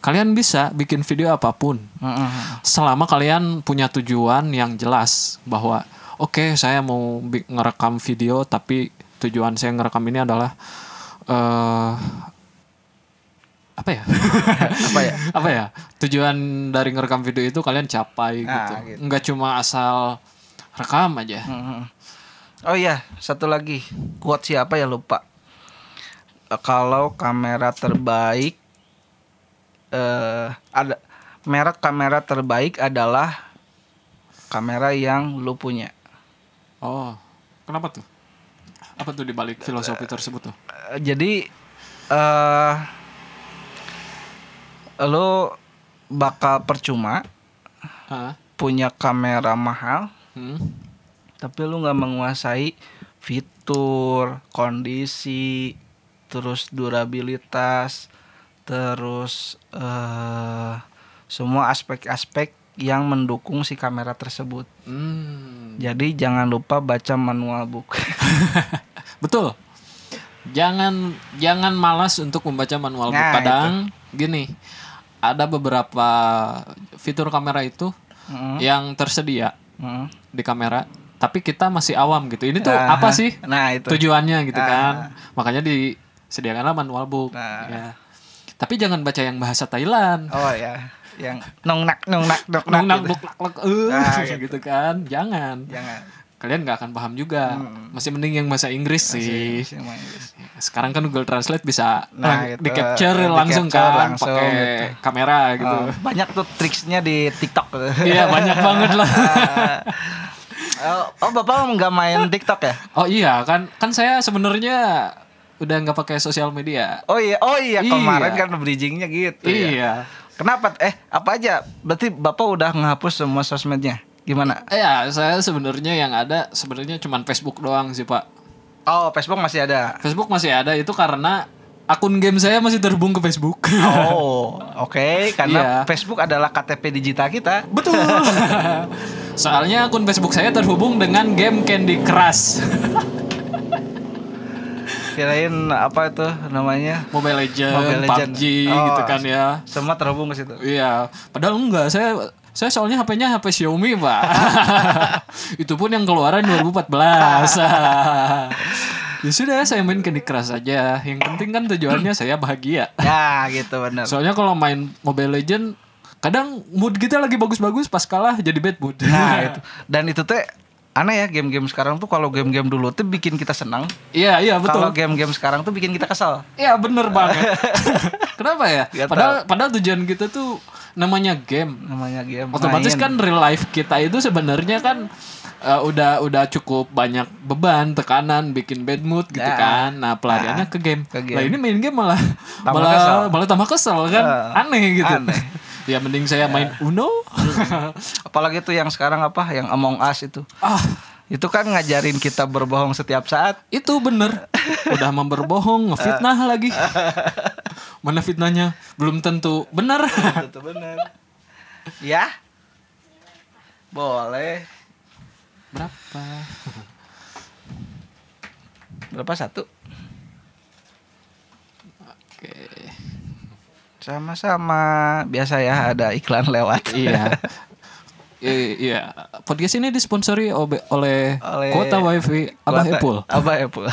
Speaker 1: kalian bisa bikin video apapun.
Speaker 2: Mhm.
Speaker 1: Selama kalian punya tujuan yang jelas bahwa oke saya mau bi- ngerekam video tapi tujuan saya ngerekam ini adalah eh apa ya? <laughs>
Speaker 2: apa ya
Speaker 1: apa ya? Tujuan dari ngerekam video itu kalian capai gitu.
Speaker 2: Ah, gitu.
Speaker 1: Nggak cuma asal rekam aja.
Speaker 2: Mhm. oh iya satu lagi kuat siapa ya lupa Eh, kalau kamera terbaik eh ada merek kamera terbaik adalah kamera yang lu punya
Speaker 1: Oh, kenapa tuh? Apa tuh dibalik filosofi tersebut tuh?
Speaker 2: Eh, jadi eh lu bakal percuma
Speaker 1: Hah?
Speaker 2: punya kamera mahal
Speaker 1: Hmm?
Speaker 2: tapi lu nggak menguasai fitur, kondisi, terus durabilitas, terus eh semua aspek-aspek yang mendukung si kamera tersebut.
Speaker 1: Hmm.
Speaker 2: Jadi jangan lupa baca manual book. <laughs>
Speaker 1: <laughs> Betul. Jangan jangan malas untuk membaca manual book.
Speaker 2: Nah,
Speaker 1: Kadang gini, ada beberapa fitur kamera itu
Speaker 2: Mm,
Speaker 1: yang tersedia
Speaker 2: mm.
Speaker 1: di kamera, tapi kita masih awam gitu. Ini tuh
Speaker 2: Ah,
Speaker 1: apa sih
Speaker 2: <laughs> Nah itu.
Speaker 1: tujuannya gitu kan? Makanya disediakanlah manual book.
Speaker 2: Nah.
Speaker 1: Ya. Tapi jangan baca yang bahasa Thailand.
Speaker 2: Oh ya, yang nongnak nongnak nongnak.
Speaker 1: Nang nang
Speaker 2: gitu. Ya.
Speaker 1: luk lak lak, eh, <laughs>
Speaker 2: Ah,
Speaker 1: gitu. kan. Jangan.
Speaker 2: Jangan.
Speaker 1: Kalian nggak akan paham juga.
Speaker 2: Hmm.
Speaker 1: Masih mending yang bahasa Inggris Iya sih.
Speaker 2: Sih, main Inggris.
Speaker 1: sekarang kan Google Translate bisa
Speaker 2: Nah,
Speaker 1: lang-
Speaker 2: gitu.
Speaker 1: di capture
Speaker 2: Di
Speaker 1: langsung
Speaker 2: capture
Speaker 1: kan
Speaker 2: langsung,
Speaker 1: pakai
Speaker 2: gitu.
Speaker 1: kamera gitu
Speaker 2: Oh, banyak tuh triksnya di TikTok.
Speaker 1: <laughs> iya banyak banget
Speaker 2: <laughs>
Speaker 1: lah
Speaker 2: oh, Eh, oh, bapak nggak main TikTok ya?
Speaker 1: oh iya kan kan saya sebenarnya udah nggak pakai sosial media
Speaker 2: Oh iya, oh iya
Speaker 1: Iya.
Speaker 2: kemarin kan bridgingnya gitu ya.
Speaker 1: iya
Speaker 2: Kenapa? Eh apa aja? Berarti bapak udah ngehapus semua sosmednya? Gimana?
Speaker 1: iya saya sebenarnya yang ada sebenarnya cuman Facebook doang sih pak
Speaker 2: Oh Facebook masih ada.
Speaker 1: Facebook masih ada itu karena akun game saya masih terhubung ke
Speaker 2: <laughs>
Speaker 1: Facebook
Speaker 2: Oh oke, karena
Speaker 1: Iya.
Speaker 2: Facebook adalah KTP digital kita.
Speaker 1: betul <laughs> soalnya akun Facebook saya terhubung dengan game Candy Crush <laughs>
Speaker 2: Kirain apa itu namanya?
Speaker 1: Mobile Legends,
Speaker 2: Mobile Legends.
Speaker 1: PUBG
Speaker 2: Oh.
Speaker 1: gitu kan ya
Speaker 2: Semua terhubung ke situ.
Speaker 1: Iya, padahal enggak. Saya saya soalnya HP-nya HP Xiaomi,
Speaker 2: <laughs>
Speaker 1: Pak. Itu pun yang keluaran 2014. <laughs> ya sudah, saya main Candy Crush aja. Yang penting kan tujuannya saya bahagia.
Speaker 2: Ya gitu benar.
Speaker 1: Soalnya kalau main Mobile Legend kadang mood kita lagi bagus-bagus pas kalah jadi bad mood.
Speaker 2: Nah
Speaker 1: <laughs>
Speaker 2: itu dan itu teh aneh ya game-game sekarang tuh kalau game-game dulu tuh bikin kita senang,
Speaker 1: Iya, iya
Speaker 2: kalau
Speaker 1: betul.
Speaker 2: game-game sekarang tuh bikin kita kesal.
Speaker 1: Iya, bener banget.
Speaker 2: <laughs>
Speaker 1: Kenapa ya?
Speaker 2: Nggak
Speaker 1: Padahal padahal tujuan kita tuh namanya game.
Speaker 2: Namanya game.
Speaker 1: otomatis kan
Speaker 2: main.
Speaker 1: real life kita itu sebenarnya kan eh, udah udah cukup banyak beban tekanan bikin bad mood gitu
Speaker 2: Ya.
Speaker 1: kan nah pelariannya ke game
Speaker 2: Ke game.
Speaker 1: lah ini main game malah
Speaker 2: Tambah
Speaker 1: malah
Speaker 2: kesel.
Speaker 1: malah tambah kesel kan
Speaker 2: Eh,
Speaker 1: aneh gitu
Speaker 2: aneh.
Speaker 1: <laughs> ya mending saya main uno <laughs>
Speaker 2: Apalagi tuh yang sekarang apa yang Among Us itu.
Speaker 1: ah
Speaker 2: Itu kan ngajarin kita berbohong setiap saat.
Speaker 1: itu bener udah memberbohong ngefitnah
Speaker 2: Eh. <laughs>
Speaker 1: lagi mana fitnahnya belum tentu
Speaker 2: <laughs>
Speaker 1: benar
Speaker 2: Itu benar. ya? Boleh.
Speaker 1: berapa
Speaker 2: Berapa satu?
Speaker 1: oke
Speaker 2: Sama-sama. Biasa ya ada iklan lewat.
Speaker 1: <laughs> iya I- iya podcast ini disponsori obe- oleh, Kota WiFi Abah
Speaker 2: Kuota- <laughs>
Speaker 1: Epul.
Speaker 2: Abah
Speaker 1: <laughs>
Speaker 2: Epul.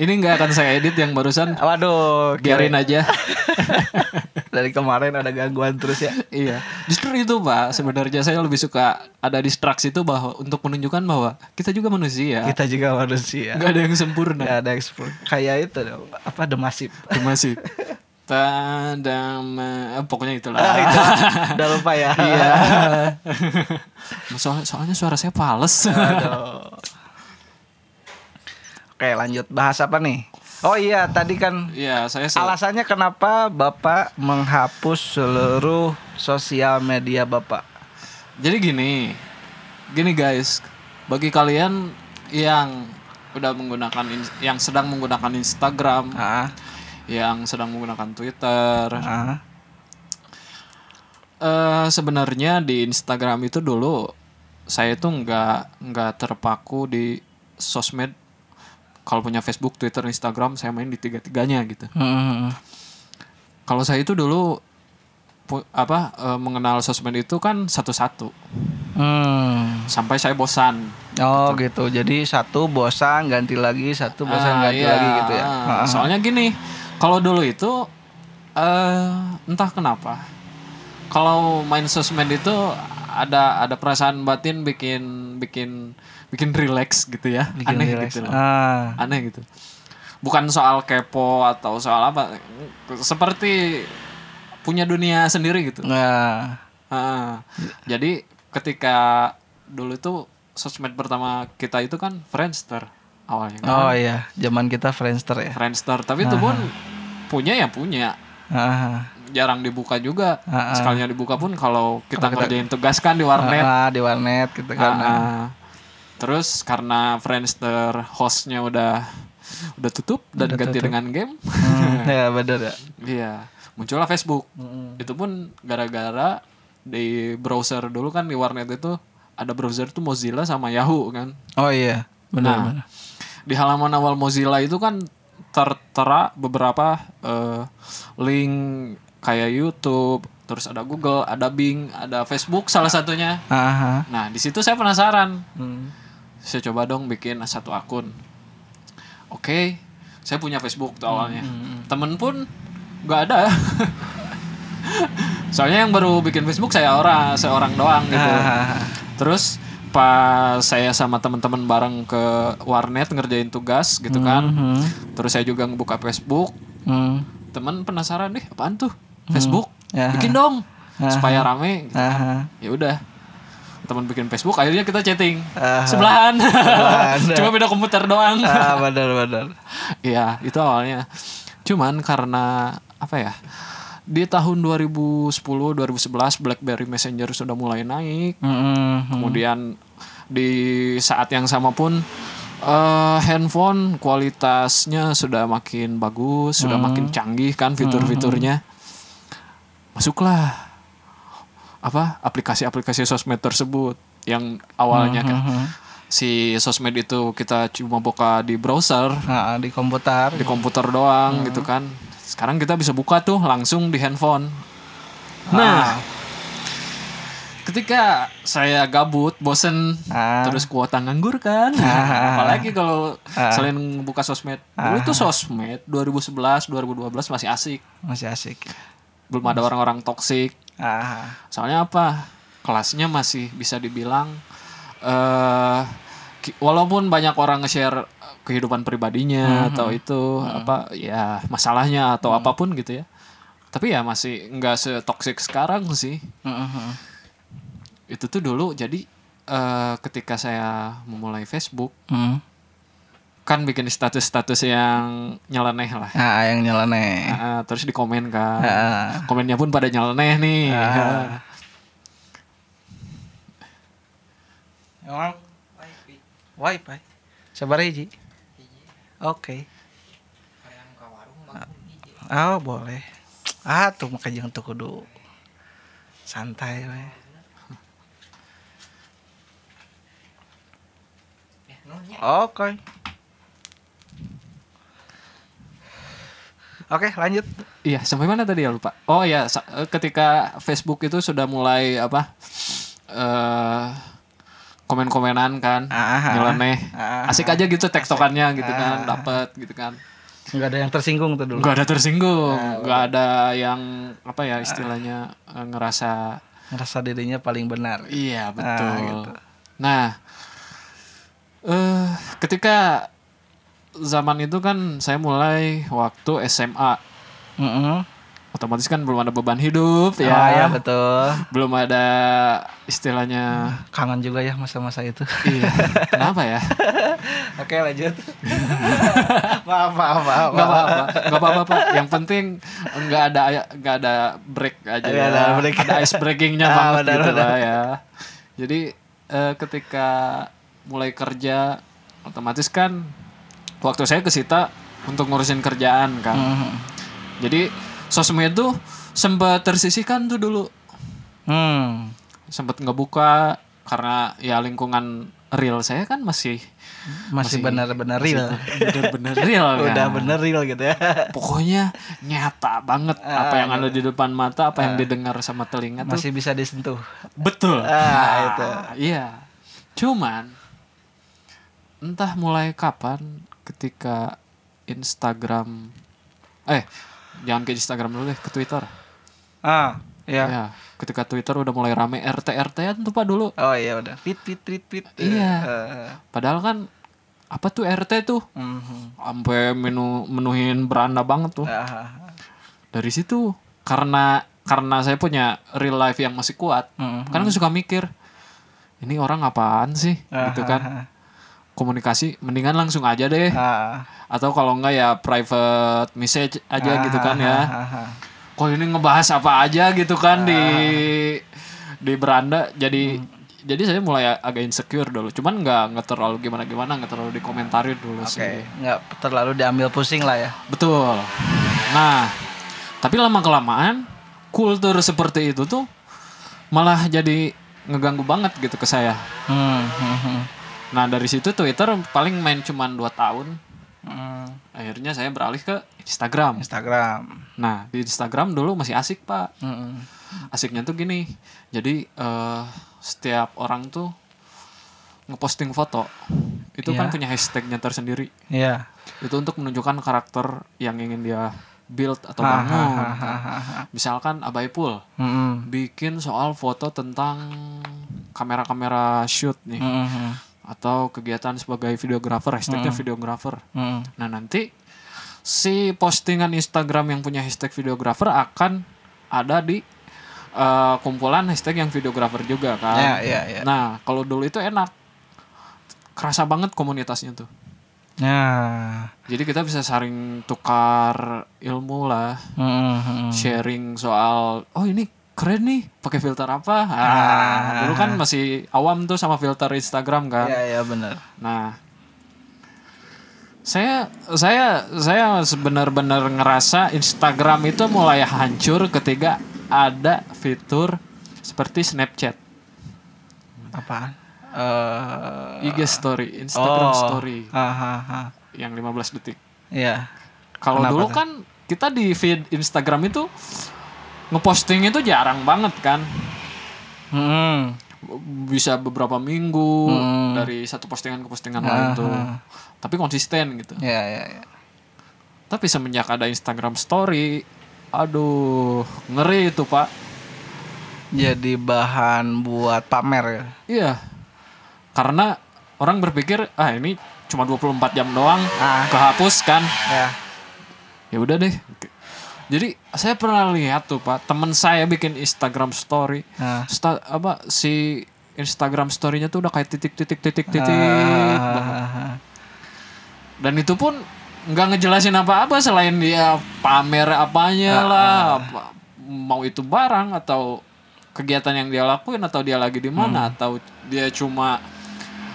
Speaker 1: Ini nggak akan saya edit yang barusan.
Speaker 2: Waduh,
Speaker 1: Biarin aja.
Speaker 2: <laughs> dari kemarin ada gangguan terus ya.
Speaker 1: iya. Justru itu Pak, sebenarnya saya lebih suka ada distraksi itu bahwa untuk menunjukkan bahwa kita juga manusia.
Speaker 2: Kita ya. juga manusia.
Speaker 1: nggak ada yang sempurna.
Speaker 2: Gak ada ekspor. Kayak itu dong. Apa The Massive.
Speaker 1: Itu masih tadam eh, pokoknya itulah.
Speaker 2: Ah,
Speaker 1: <laughs>
Speaker 2: itu. Udah lupa ya.
Speaker 1: Iya. Soal- soalnya suara saya pales. <laughs>
Speaker 2: Aduh. Oke, lanjut bahas apa nih? Oh iya, tadi kan
Speaker 1: Iya, saya se-
Speaker 2: alasannya kenapa Bapak menghapus seluruh sosial media Bapak?
Speaker 1: Jadi gini, gini guys, bagi kalian yang udah menggunakan, in- yang sedang menggunakan Instagram,
Speaker 2: Ah,
Speaker 1: yang sedang menggunakan Twitter,
Speaker 2: ah.
Speaker 1: eh sebenarnya di Instagram itu dulu saya itu nggak nggak terpaku di sosmed. Kalau punya Facebook, Twitter, Instagram, saya main di tiga-tiganya gitu.
Speaker 2: Hmm.
Speaker 1: Kalau saya itu dulu pu- apa eh, mengenal sosmed itu kan satu-satu
Speaker 2: Hmm.
Speaker 1: sampai saya bosan
Speaker 2: Oh gitu. Jadi satu bosan ganti lagi, satu bosan
Speaker 1: Ah,
Speaker 2: ganti
Speaker 1: iya.
Speaker 2: lagi gitu ya.
Speaker 1: Ah,
Speaker 2: Ah, ah.
Speaker 1: Soalnya gini, kalau dulu itu eh entah kenapa kalau main sosmed itu ada ada perasaan batin bikin bikin bikin relax gitu ya.
Speaker 2: Bikin
Speaker 1: aneh
Speaker 2: relax.
Speaker 1: gitu loh.
Speaker 2: Ah.
Speaker 1: Aneh gitu. Bukan soal kepo atau soal apa seperti punya dunia sendiri gitu.
Speaker 2: Nah.
Speaker 1: Ah, jadi ketika dulu itu sosmed pertama kita itu kan Friendster awalnya. kan.
Speaker 2: Oh iya, zaman kita Friendster ya.
Speaker 1: Friendster tapi itu pun punya ya punya
Speaker 2: Ah.
Speaker 1: jarang dibuka juga
Speaker 2: Ah,
Speaker 1: sekalinya dibuka pun kalau kita ngerjain tugas kan di warnet
Speaker 2: Ah, di warnet gitu kan.
Speaker 1: Ah, ah. terus karena Friendster hostnya udah udah tutup dan ganti dengan game <laughs>
Speaker 2: Hmm, ya benar ya.
Speaker 1: iya muncullah Facebook itu pun gara-gara di browser dulu kan di warnet itu ada browser tuh Mozilla sama Yahoo kan
Speaker 2: Oh iya, benar. benar.
Speaker 1: Ah. di halaman awal Mozilla itu kan tertera beberapa eh, link kayak YouTube, terus ada Google, ada Bing, ada Facebook salah satunya.
Speaker 2: Aha.
Speaker 1: Nah, di situ saya penasaran.
Speaker 2: Hmm.
Speaker 1: Saya coba dong bikin satu akun. Oke, saya punya Facebook tuh awalnya. Temen pun nggak ada. <laughs> Soalnya yang baru bikin Facebook saya orang, seorang doang gitu.
Speaker 2: Ah,
Speaker 1: Terus pas saya sama teman-teman bareng ke warnet ngerjain tugas gitu kan.
Speaker 2: hmm,
Speaker 1: Terus saya juga ngebuka Facebook.
Speaker 2: hmm.
Speaker 1: Temen penasaran deh apaan tuh Facebook?
Speaker 2: Ya.
Speaker 1: Bikin dong supaya rame. gitu.
Speaker 2: Aha.
Speaker 1: Ya udah. Teman bikin Facebook akhirnya kita chatting.
Speaker 2: Aha.
Speaker 1: Sebelahan.
Speaker 2: Ya. Sebelahan. ya.
Speaker 1: Cuma beda komputer doang.
Speaker 2: Ah, benar benar.
Speaker 1: Iya, itu awalnya. Cuman karena apa ya? Di tahun 2010, 2011 BlackBerry Messenger sudah mulai naik.
Speaker 2: Hmm.
Speaker 1: Kemudian di saat yang sama pun eh, handphone kualitasnya sudah makin bagus, sudah makin canggih kan fitur-fiturnya. Masuklah apa aplikasi-aplikasi sosmed tersebut yang awalnya kan si sosmed itu kita cuma buka di browser,
Speaker 2: Nah, di komputer.
Speaker 1: di komputer doang gitu kan. Sekarang kita bisa buka tuh langsung di handphone. Nah, ketika saya gabut, bosen,
Speaker 2: Ah.
Speaker 1: terus kuota nganggur kan. Apalagi kalau selain buka sosmed. Dulu itu sosmed 2011, 2012 masih asik.
Speaker 2: Masih asik.
Speaker 1: Belum ada orang-orang toksik.
Speaker 2: Ah.
Speaker 1: Soalnya apa? Kelasnya masih bisa dibilang eh ki- walaupun banyak orang nge-share eh, kehidupan pribadinya atau itu apa ya masalahnya atau apapun gitu ya. Tapi ya masih nggak setoksik sekarang sih.
Speaker 2: Mhm.
Speaker 1: Itu tuh dulu jadi eh ketika saya memulai Facebook
Speaker 2: Hmm.
Speaker 1: kan bikin status-status yang nyeleneh lah.
Speaker 2: Ah, yang nyeleneh.
Speaker 1: Ah, terus dikomen kan.
Speaker 2: Ah.
Speaker 1: Komennya pun pada nyeleneh nih.
Speaker 2: Ah. Emang wifi. Sabar Ji. Oke. Oh boleh. Ah tuh makanya jangan tuh kudu santai we. Oke. Oke lanjut.
Speaker 1: Iya, sampai mana tadi ya lupa. Oh ya, sa- eh, ketika Facebook itu sudah mulai apa? eh eh komen-komenan kan
Speaker 2: Ah, ah,
Speaker 1: nyeleneh
Speaker 2: ah,
Speaker 1: asik aja gitu tektokannya gitu kan dapat gitu kan
Speaker 2: nggak ada yang tersinggung tuh dulu
Speaker 1: nggak ada tersinggung
Speaker 2: Ah,
Speaker 1: nggak ada yang apa ya istilahnya eh, ngerasa
Speaker 2: ngerasa dirinya paling benar
Speaker 1: Iya betul.
Speaker 2: Ah, gitu.
Speaker 1: Nah, eh ketika zaman itu kan saya mulai waktu SMA,
Speaker 2: Mm-mm.
Speaker 1: otomatis kan belum ada beban hidup ya,
Speaker 2: Ah, ya betul
Speaker 1: belum ada istilahnya.
Speaker 2: kangen juga ya masa-masa itu <laughs>
Speaker 1: iya, kenapa ya?
Speaker 2: oke lanjut <laughs> maaf maaf maaf,
Speaker 1: Gak
Speaker 2: maaf.
Speaker 1: apa-apa, gak apa-apa. Pak. Yang penting nggak ada nggak ada break aja. ya.
Speaker 2: Nggak Iya, ada break.
Speaker 1: Ada ice breakingnya
Speaker 2: <laughs> Ah,
Speaker 1: banget
Speaker 2: benar,
Speaker 1: gitu
Speaker 2: benar.
Speaker 1: lah ya. Jadi eh, ketika mulai kerja otomatis kan waktu saya kesita untuk ngurusin kerjaan kan.
Speaker 2: Mm-mm.
Speaker 1: Jadi sosmed tuh sempat tersisihkan tuh dulu,
Speaker 2: hmm
Speaker 1: sempat ngebuka karena ya lingkungan real saya kan masih
Speaker 2: masih benar-benar real
Speaker 1: bener-bener <laughs> real kan.
Speaker 2: udah bener real gitu ya
Speaker 1: pokoknya nyata banget apa yang ada di depan mata apa yang didengar sama telinga tuh
Speaker 2: masih bisa disentuh
Speaker 1: Ah. betul
Speaker 2: ah itu
Speaker 1: iya cuman entah mulai kapan ketika Instagram eh jangan ke Instagram dulu deh ke Twitter
Speaker 2: ah ya
Speaker 1: ya ketika Twitter udah mulai rame RT RT-an tuh pak dulu
Speaker 2: oh iya udah tweet tweet tweet tweet
Speaker 1: Iya.
Speaker 2: Eh,
Speaker 1: padahal kan apa tuh RT tuh
Speaker 2: eh, mhm.
Speaker 1: sampai menu menuhin beranda banget tuh
Speaker 2: Ah, ah, ah.
Speaker 1: dari situ karena karena saya punya real life yang masih kuat
Speaker 2: Mhm.
Speaker 1: kan gue suka mikir ini orang apaan sih gitu kan
Speaker 2: Ah,
Speaker 1: komunikasi mendingan langsung aja deh
Speaker 2: ah, ah.
Speaker 1: atau kalau enggak ya private message aja gitu kan ya
Speaker 2: Ah, ah.
Speaker 1: kok ini ngebahas apa aja gitu kan di di beranda jadi jadi saya mulai agak insecure dulu cuman nggak nggak terlalu gimana gimana nggak terlalu dikomentarin dulu
Speaker 2: oke
Speaker 1: sih
Speaker 2: nggak terlalu diambil pusing lah ya
Speaker 1: Betul. Nah, tapi lama kelamaan kultur seperti itu tuh malah jadi ngeganggu banget gitu ke saya.
Speaker 2: Hmm, hmm, hmm.
Speaker 1: Nah, dari situ Twitter paling main cuman 2 tahun.
Speaker 2: Hmm,
Speaker 1: Akhirnya saya beralih ke Instagram.
Speaker 2: Instagram
Speaker 1: Nah, di Instagram dulu masih asik, Pak.
Speaker 2: Hmm,
Speaker 1: Asiknya tuh gini. Jadi eh, setiap orang tuh ngeposting foto. Itu kan punya hashtagnya tersendiri.
Speaker 2: Iya.
Speaker 1: Itu untuk menunjukkan karakter yang ingin dia build atau
Speaker 2: Ha,
Speaker 1: bangun.
Speaker 2: ha, ha, ha, ha, ha.
Speaker 1: Misalkan Abai Pul
Speaker 2: Mm-mm.
Speaker 1: bikin soal foto tentang kamera-kamera shoot
Speaker 2: hmm,
Speaker 1: nih
Speaker 2: Mm-mm.
Speaker 1: atau kegiatan sebagai videographer, hashtagnya
Speaker 2: Hmm.
Speaker 1: videographer.
Speaker 2: Mm.
Speaker 1: Nah nanti si postingan Instagram yang punya hashtag videographer akan ada di eh, kumpulan hashtag yang videographer juga kan.
Speaker 2: Ya, ya, ya.
Speaker 1: Nah kalau dulu itu enak, kerasa banget komunitasnya tuh.
Speaker 2: Nah.
Speaker 1: Jadi kita bisa saring tukar ilmu lah.
Speaker 2: Hmm, Mm-mm.
Speaker 1: Hmm. sharing soal oh ini keren nih pakai filter apa ah, dulu kan masih awam tuh sama filter Instagram kan
Speaker 2: Ya, ya benar.
Speaker 1: nah saya saya saya benar-benar ngerasa Instagram itu mulai hancur ketika ada fitur seperti Snapchat,
Speaker 2: Apaan? Eh,
Speaker 1: IG Story, Instagram
Speaker 2: oh.
Speaker 1: Story
Speaker 2: ha, ha, ha.
Speaker 1: yang 15 detik.
Speaker 2: Ya.
Speaker 1: Kalau
Speaker 2: Kenapa
Speaker 1: dulu
Speaker 2: tuh?
Speaker 1: kan kita di feed Instagram itu ngeposting itu jarang banget kan.
Speaker 2: Mm-mm.
Speaker 1: bisa beberapa minggu
Speaker 2: Hmm. Ah,
Speaker 1: dari satu postingan ke postingan lain tuh tapi konsisten gitu
Speaker 2: Ya, ya, ya.
Speaker 1: tapi semenjak ada Instagram Story aduh ngeri itu pak
Speaker 2: Jadi bahan buat pamer ya.
Speaker 1: iya karena orang berpikir ah ini cuma 24 jam doang
Speaker 2: Ah.
Speaker 1: kehapus kan
Speaker 2: Ya.
Speaker 1: ya udah deh jadi saya pernah lihat tuh pak teman saya bikin Instagram Story
Speaker 2: Ah.
Speaker 1: Sta- apa si Instagram Story-nya tuh udah kayak titik titik titik titik
Speaker 2: Ah,
Speaker 1: dan itu pun nggak ngejelasin apa-apa selain dia pamer apanya lah apa- mau itu barang atau kegiatan yang dia lakuin atau dia lagi di mana atau dia cuma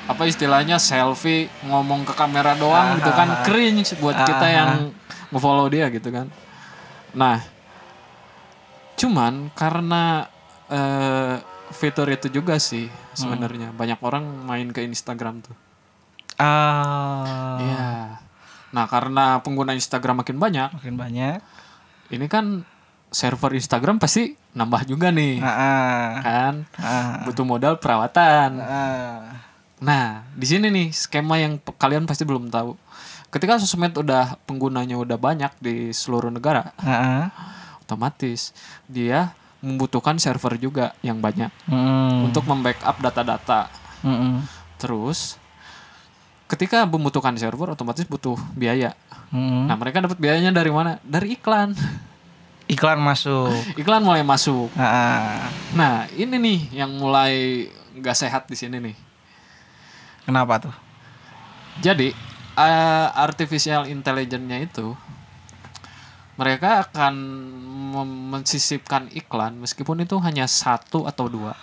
Speaker 1: apa istilahnya selfie ngomong ke kamera doang gitu kan cringe buat kita yang ngefollow dia gitu kan nah cuman karena eh, fitur itu juga sih sebenarnya banyak orang main ke Instagram tuh
Speaker 2: Ah.
Speaker 1: Iya. Nah, karena pengguna Instagram makin banyak,
Speaker 2: Makin banyak.
Speaker 1: ini kan server Instagram pasti nambah juga nih
Speaker 2: Ah, ah,
Speaker 1: kan
Speaker 2: ah,
Speaker 1: butuh modal perawatan
Speaker 2: ah.
Speaker 1: Nah, di sini nih skema yang pe- kalian pasti belum tahu. Ketika sosmed udah penggunanya udah banyak di seluruh negara,
Speaker 2: Ah, ah.
Speaker 1: otomatis dia membutuhkan server juga yang banyak
Speaker 2: Mm,
Speaker 1: untuk membackup data-data.
Speaker 2: mm, mm,
Speaker 1: Terus ketika membutuhkan server otomatis butuh biaya.
Speaker 2: mm.
Speaker 1: Nah, mereka dapat biayanya dari mana? Dari iklan.
Speaker 2: Iklan masuk.
Speaker 1: Iklan mulai masuk.
Speaker 2: Ah, ah.
Speaker 1: Nah, ini nih yang mulai nggak sehat di sini nih.
Speaker 2: Kenapa tuh?
Speaker 1: Jadi eh, artificial intelligence-nya itu mereka akan mem- mensisipkan iklan meskipun itu hanya satu atau dua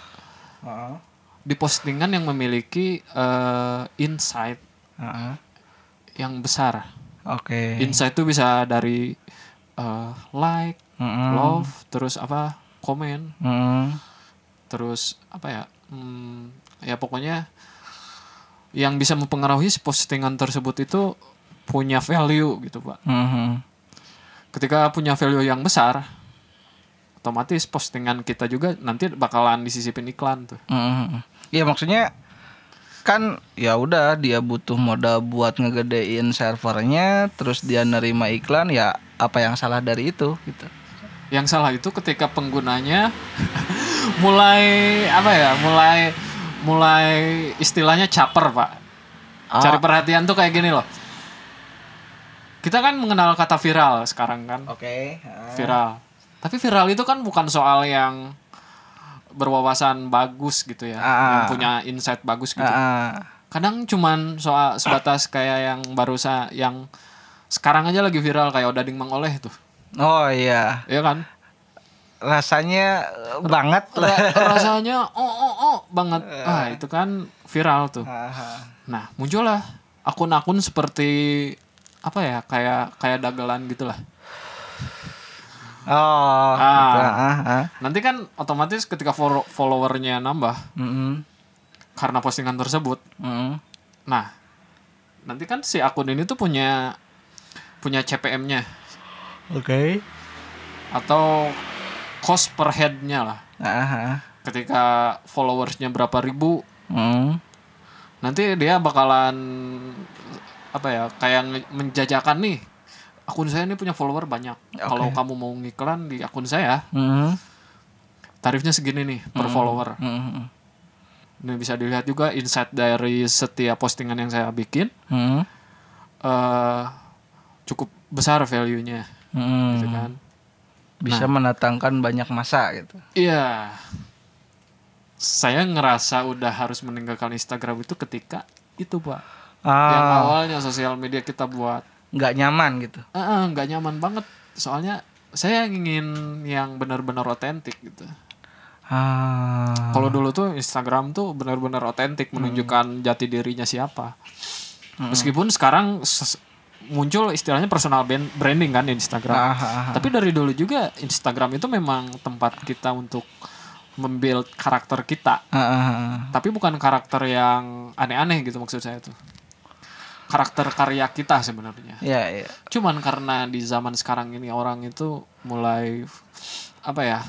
Speaker 2: Ah,
Speaker 1: di postingan yang memiliki eh, insight
Speaker 2: ah, ah.
Speaker 1: yang besar.
Speaker 2: Oke.
Speaker 1: Insight itu bisa dari eh, like,
Speaker 2: Mm, mm,
Speaker 1: love, terus apa? komen,
Speaker 2: mm, mm.
Speaker 1: terus apa ya? Hmm, ya pokoknya yang bisa mempengaruhi si postingan tersebut itu punya value gitu, Pak.
Speaker 2: Mm, mm.
Speaker 1: ketika punya value yang besar otomatis postingan kita juga nanti bakalan disisipin iklan tuh
Speaker 2: Mm. Ya maksudnya kan ya udah dia butuh modal buat ngegedein servernya, terus dia nerima iklan ya apa yang salah dari itu gitu.
Speaker 1: yang salah itu ketika penggunanya <laughs> mulai apa ya mulai mulai istilahnya caper pak cari perhatian tuh kayak gini loh kita kan mengenal kata viral sekarang kan
Speaker 2: Oke.
Speaker 1: viral tapi viral itu kan bukan soal yang berwawasan bagus gitu ya yang
Speaker 2: Ah.
Speaker 1: punya insight bagus gitu
Speaker 2: Ah,
Speaker 1: kadang cuman soal sebatas kayak yang baru sa yang sekarang aja lagi viral kayak Odading Mangoleh tuh
Speaker 2: Oh iya,
Speaker 1: ya kan
Speaker 2: rasanya eh, banget lah.
Speaker 1: Ra- rasanya oh oh oh banget ah itu kan viral
Speaker 2: Ah.
Speaker 1: tuh nah muncullah akun-akun seperti apa ya kayak kayak dagelan gitulah
Speaker 2: <laughs> Oh. gitu. Ah, ah.
Speaker 1: nanti kan otomatis ketika follow- followernya nambah
Speaker 2: Mm-mm.
Speaker 1: karena postingan tersebut
Speaker 2: Mm-mm.
Speaker 1: nah nanti kan si akun ini tuh punya punya CPM-nya
Speaker 2: Oke.
Speaker 1: atau cost per head-nya lah
Speaker 2: Ah, ah.
Speaker 1: ketika followersnya berapa ribu
Speaker 2: Mm.
Speaker 1: nanti dia bakalan apa ya kayak nge- menjajakan nih akun saya ini punya follower banyak kalau kamu mau ngiklan di akun saya
Speaker 2: Mm-mm.
Speaker 1: tarifnya segini nih per follower
Speaker 2: Mm-mm.
Speaker 1: ini bisa dilihat juga insight dari setiap postingan yang saya bikin
Speaker 2: Mm-mm.
Speaker 1: eh cukup besar value-nya
Speaker 2: Mm-mm.
Speaker 1: gitu kan
Speaker 2: Bisa
Speaker 1: Nah.
Speaker 2: mendatangkan banyak masa gitu.
Speaker 1: iya saya ngerasa udah harus meninggalkan Instagram itu ketika itu pak yang
Speaker 2: Ah,
Speaker 1: awalnya sosial media kita buat
Speaker 2: nggak nyaman gitu.
Speaker 1: "Ah, ah, nggak nyaman banget soalnya saya ingin yang benar-benar otentik gitu
Speaker 2: Ah. Hmm.
Speaker 1: kalau dulu tuh Instagram tuh benar-benar otentik menunjukkan jati dirinya siapa meskipun sekarang ses- muncul istilahnya personal ban- branding kan di Instagram
Speaker 2: Ah, ah, ah.
Speaker 1: tapi dari dulu juga Instagram itu memang tempat kita untuk membuild karakter kita
Speaker 2: Ah, ah, ah.
Speaker 1: tapi bukan karakter yang aneh-aneh gitu maksud saya tuh karakter karya kita sebenarnya
Speaker 2: Ya, ya.
Speaker 1: cuman karena di zaman sekarang ini orang itu mulai apa ya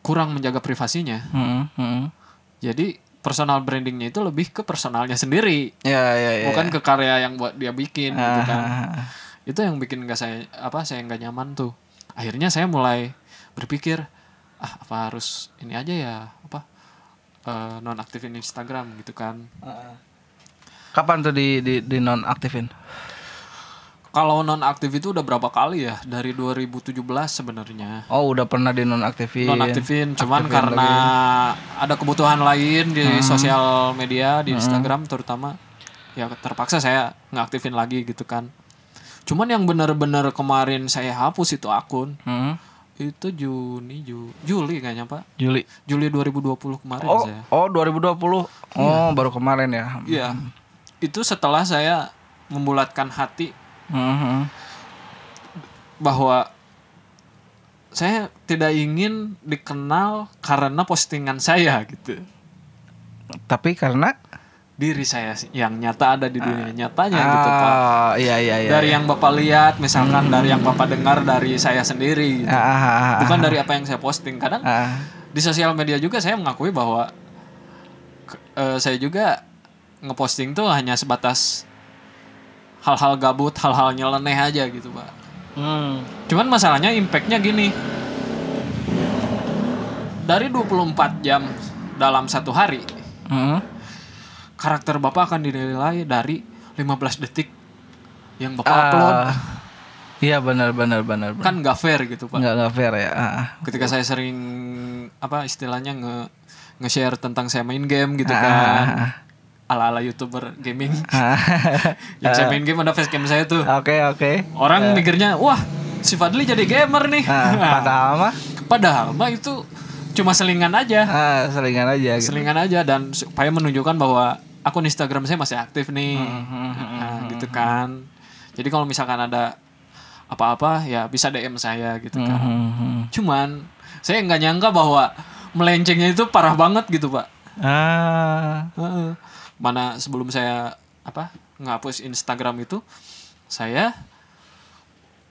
Speaker 1: kurang menjaga privasinya
Speaker 2: Mm-mm, mm-mm.
Speaker 1: jadi personal brandingnya itu lebih ke personalnya sendiri
Speaker 2: Ya, ya, ya.
Speaker 1: bukan ke karya yang buat dia bikin gitu
Speaker 2: Ah,
Speaker 1: kan
Speaker 2: ah, ah.
Speaker 1: itu yang bikin nggak saya apa saya nggak nyaman tuh akhirnya saya mulai berpikir ah apa harus ini aja ya apa eh, nonaktifin Instagram gitu kan
Speaker 2: Kapan tuh di di, di nonaktifin?
Speaker 1: kalau nonaktif itu udah berapa kali ya dari 2017 sebenarnya
Speaker 2: Oh, udah pernah di nonaktifin.
Speaker 1: nonaktifin cuman karena ada kebutuhan lain di sosial media di Instagram terutama ya terpaksa saya ngaktifin lagi gitu kan cuman yang benar-benar kemarin saya hapus itu akun
Speaker 2: Mm.
Speaker 1: itu Juni Ju- Juli kayaknya Pak
Speaker 2: Juli.
Speaker 1: Juli 2020 kemarin
Speaker 2: Oh,
Speaker 1: saya
Speaker 2: oh 2020. Oh, baru kemarin ya.
Speaker 1: iya itu setelah saya membulatkan hati
Speaker 2: Mhm.
Speaker 1: bahwa saya tidak ingin dikenal karena postingan saya gitu
Speaker 2: Tapi karena
Speaker 1: diri saya sih, yang nyata ada di dunia nyatanya gitu Pak.
Speaker 2: Ah, iya iya iya.
Speaker 1: Dari yang Bapak lihat, misalkan dari yang Bapak dengar dari saya sendiri gitu.
Speaker 2: Ah, ah, ah, ah,
Speaker 1: Bukan dari apa yang saya posting. Kadang
Speaker 2: ah.
Speaker 1: di sosial media juga saya mengakui bahwa ke- eh, saya juga ngeposting tuh hanya sebatas hal-hal gabut, hal-hal nyeleneh aja gitu, Pak.
Speaker 2: Hmm.
Speaker 1: Cuman masalahnya impactnya gini. Dari 24 jam dalam satu hari,
Speaker 2: Hmm.
Speaker 1: karakter Bapak akan dinilai dari 15 detik yang Bapak
Speaker 2: Ah,
Speaker 1: upload.
Speaker 2: Iya benar benar benar. benar.
Speaker 1: Kan nggak fair gitu, Pak.
Speaker 2: Nggak nggak fair ya. Ah, ah.
Speaker 1: Ketika saya sering apa istilahnya nge nge-share tentang saya main game gitu
Speaker 2: ah,
Speaker 1: kan. Ala-ala YouTuber gaming.
Speaker 2: Ah. <laughs>
Speaker 1: yang saya main game ada facecam saya tuh.
Speaker 2: Oke oke.
Speaker 1: Orang mikirnya, "Wah, si Fadli jadi gamer nih."
Speaker 2: Ah, padahal mah
Speaker 1: <laughs> Padahal mah itu cuma selingan aja.
Speaker 2: ah, selingan aja gitu.
Speaker 1: selingan aja dan supaya menunjukkan bahwa akun Instagram saya masih aktif nih
Speaker 2: Hmm,
Speaker 1: Nah, gitu kan jadi kalau misalkan ada apa-apa ya bisa DM saya gitu kan
Speaker 2: Hmm, hmm.
Speaker 1: cuman saya nggak nyangka bahwa melencengnya itu parah banget gitu pak
Speaker 2: Ah.
Speaker 1: Heeh. mana sebelum saya apa ngapus Instagram itu saya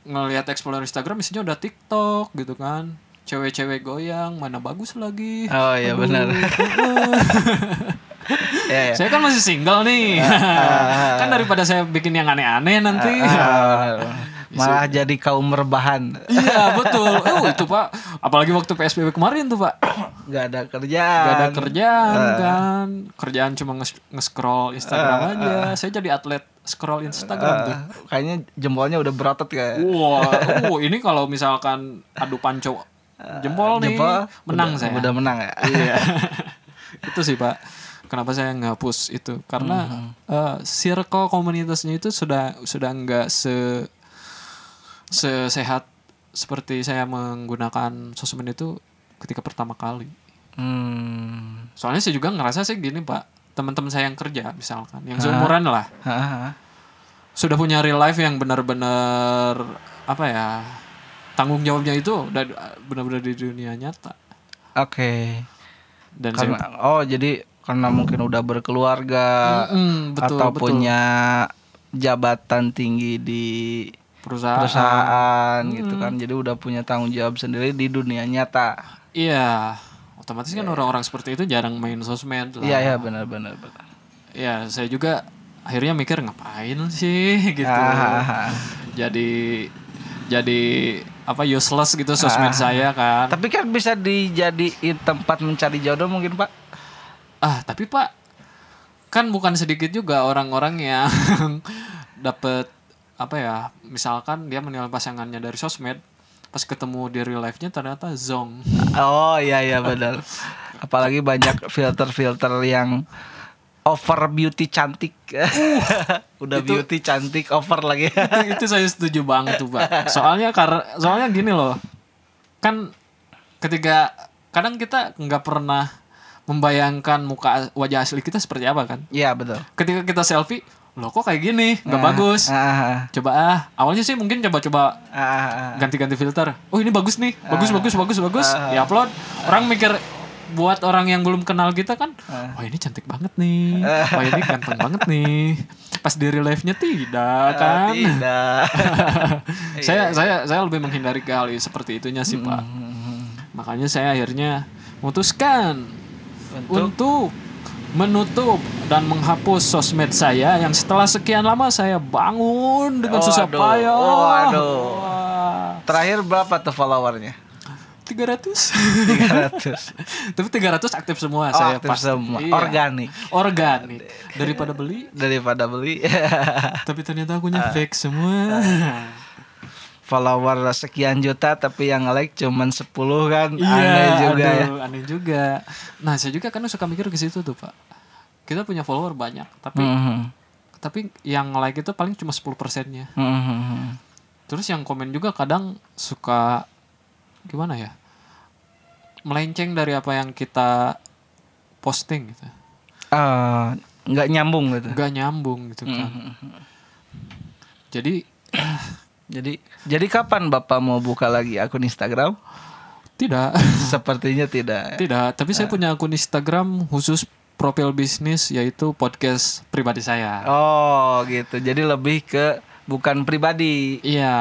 Speaker 1: ngelihat explore Instagram isinya udah TikTok gitu kan cewek-cewek goyang mana bagus
Speaker 2: <laughs>
Speaker 1: lagi <laughs>
Speaker 2: Oh iya benar. ya ya.
Speaker 1: Saya kan masih single nih. <laughs> kan daripada saya bikin yang aneh-aneh nanti.
Speaker 2: Ah, malah jadi kaum rebahan.
Speaker 1: Iya, betul. Oh, itu Pak. Apalagi waktu PSBB kemarin tuh, Pak.
Speaker 2: Gak ada
Speaker 1: Gak
Speaker 2: kerjaan.
Speaker 1: ada kerjaan
Speaker 2: Ah.
Speaker 1: kan. Kerjaan cuma nge- nge-scroll Instagram aja. Saya jadi atlet scroll Instagram tuh.
Speaker 2: Ah, kayaknya jempolnya udah berotot kayak.
Speaker 1: Wah, oh, ini kalau misalkan adu panco jempol nih
Speaker 2: Ah, Jempol
Speaker 1: menang
Speaker 2: udah,
Speaker 1: saya.
Speaker 2: Udah menang ya.
Speaker 1: Iya. <laughs> itu sih Pak. Kenapa saya ngapus itu? Karena eh, circle komunitasnya itu sudah sudah nggak se sesehat seperti saya menggunakan sosmed itu ketika pertama kali.
Speaker 2: Hmm.
Speaker 1: Soalnya saya juga ngerasa sih gini Pak, teman-teman saya yang kerja misalkan, yang seumuran lah,
Speaker 2: Ah,
Speaker 1: sudah punya real life yang benar-benar apa ya tanggung jawabnya itu udah benar-benar di dunia nyata.
Speaker 2: Oke.
Speaker 1: Dan saya,
Speaker 2: Karena oh jadi karena mungkin udah berkeluarga
Speaker 1: Mm, betul,
Speaker 2: atau
Speaker 1: betul.
Speaker 2: punya jabatan tinggi di
Speaker 1: perusahaan,
Speaker 2: perusahaan gitu kan. Jadi udah punya tanggung jawab sendiri di dunia nyata.
Speaker 1: Iya, otomatis kan orang-orang seperti itu jarang main sosmed lah.
Speaker 2: Iya iya benar benar benar.
Speaker 1: Ya, saya juga akhirnya mikir ngapain sih <laughs> gitu.
Speaker 2: Ah.
Speaker 1: Jadi jadi apa useless
Speaker 2: Ah,
Speaker 1: gitu sosmed saya kan.
Speaker 2: Tapi kan bisa dijadiin tempat mencari jodoh mungkin, Pak.
Speaker 1: Ah, tapi Pak kan bukan sedikit juga orang-orang yang <laughs> dapat apa ya, misalkan dia menilai pasangannya dari sosmed, pas ketemu di real life-nya ternyata zong.
Speaker 2: Oh iya iya benar. <laughs> Apalagi banyak filter-filter yang over beauty cantik. Uh. <laughs> Udah beauty cantik over lagi. <laughs>
Speaker 1: itu, itu saya setuju banget tuh pak soalnya karena soalnya gini loh kan ketika kadang kita nggak pernah membayangkan muka wajah asli kita seperti apa kan
Speaker 2: Iya betul.
Speaker 1: ketika kita selfie loh kok kayak gini nggak bagus
Speaker 2: Ah,
Speaker 1: coba ah awalnya sih mungkin coba-coba
Speaker 2: ah, ah, ah.
Speaker 1: ganti-ganti filter oh ini bagus nih bagus bagus bagus bagus diupload orang mikir buat orang yang belum kenal kita kan wah ini cantik banget nih wah ini ganteng banget nih pas di real life-nya tidak kan
Speaker 2: Tidak.
Speaker 1: <laughs>
Speaker 2: Iya.
Speaker 1: saya saya saya lebih menghindari ke hal seperti itunya sih pak
Speaker 2: Mm-hmm.
Speaker 1: makanya saya akhirnya memutuskan untuk? menutup dan menghapus sosmed saya yang setelah sekian lama saya bangun dengan susah
Speaker 2: Waduh,
Speaker 1: payah
Speaker 2: waduh.
Speaker 1: Wah,
Speaker 2: Terakhir berapa tuh
Speaker 1: <laughs>
Speaker 2: followernya?
Speaker 1: 300
Speaker 2: 300.
Speaker 1: <laughs> tapi 300 aktif semua
Speaker 2: Oh,
Speaker 1: saya
Speaker 2: aktif
Speaker 1: pasti.
Speaker 2: semua.
Speaker 1: Iya.
Speaker 2: Organik
Speaker 1: organik daripada beli
Speaker 2: daripada beli. <laughs>
Speaker 1: tapi ternyata akunya
Speaker 2: Ah.
Speaker 1: fake semua
Speaker 2: follower sekian juta tapi yang like cuman 10 kan
Speaker 1: Iya,
Speaker 2: aneh juga ya.
Speaker 1: aduh, aneh juga. Nah, saya juga kan suka mikir ke situ tuh, Pak. Kita punya follower banyak, tapi
Speaker 2: Mhm.
Speaker 1: tapi yang like itu paling cuma 10 persennya.
Speaker 2: Mhm.
Speaker 1: Terus yang komen juga kadang suka gimana ya? Melenceng dari apa yang kita posting gitu.
Speaker 2: Eh, nggak nyambung gitu.
Speaker 1: Gak nyambung gitu kan.
Speaker 2: Mm-hmm,
Speaker 1: Jadi <clears throat>
Speaker 2: Jadi jadi kapan Bapak mau buka lagi akun
Speaker 1: <laughs>
Speaker 2: Instagram?
Speaker 1: tidak <clears throat>
Speaker 2: Sepertinya tidak. Eh.
Speaker 1: tidak, tapi saya punya akun Instagram khusus profil bisnis yaitu podcast pribadi saya.
Speaker 2: Oh gitu. Jadi lebih ke bukan pribadi.
Speaker 1: Iya,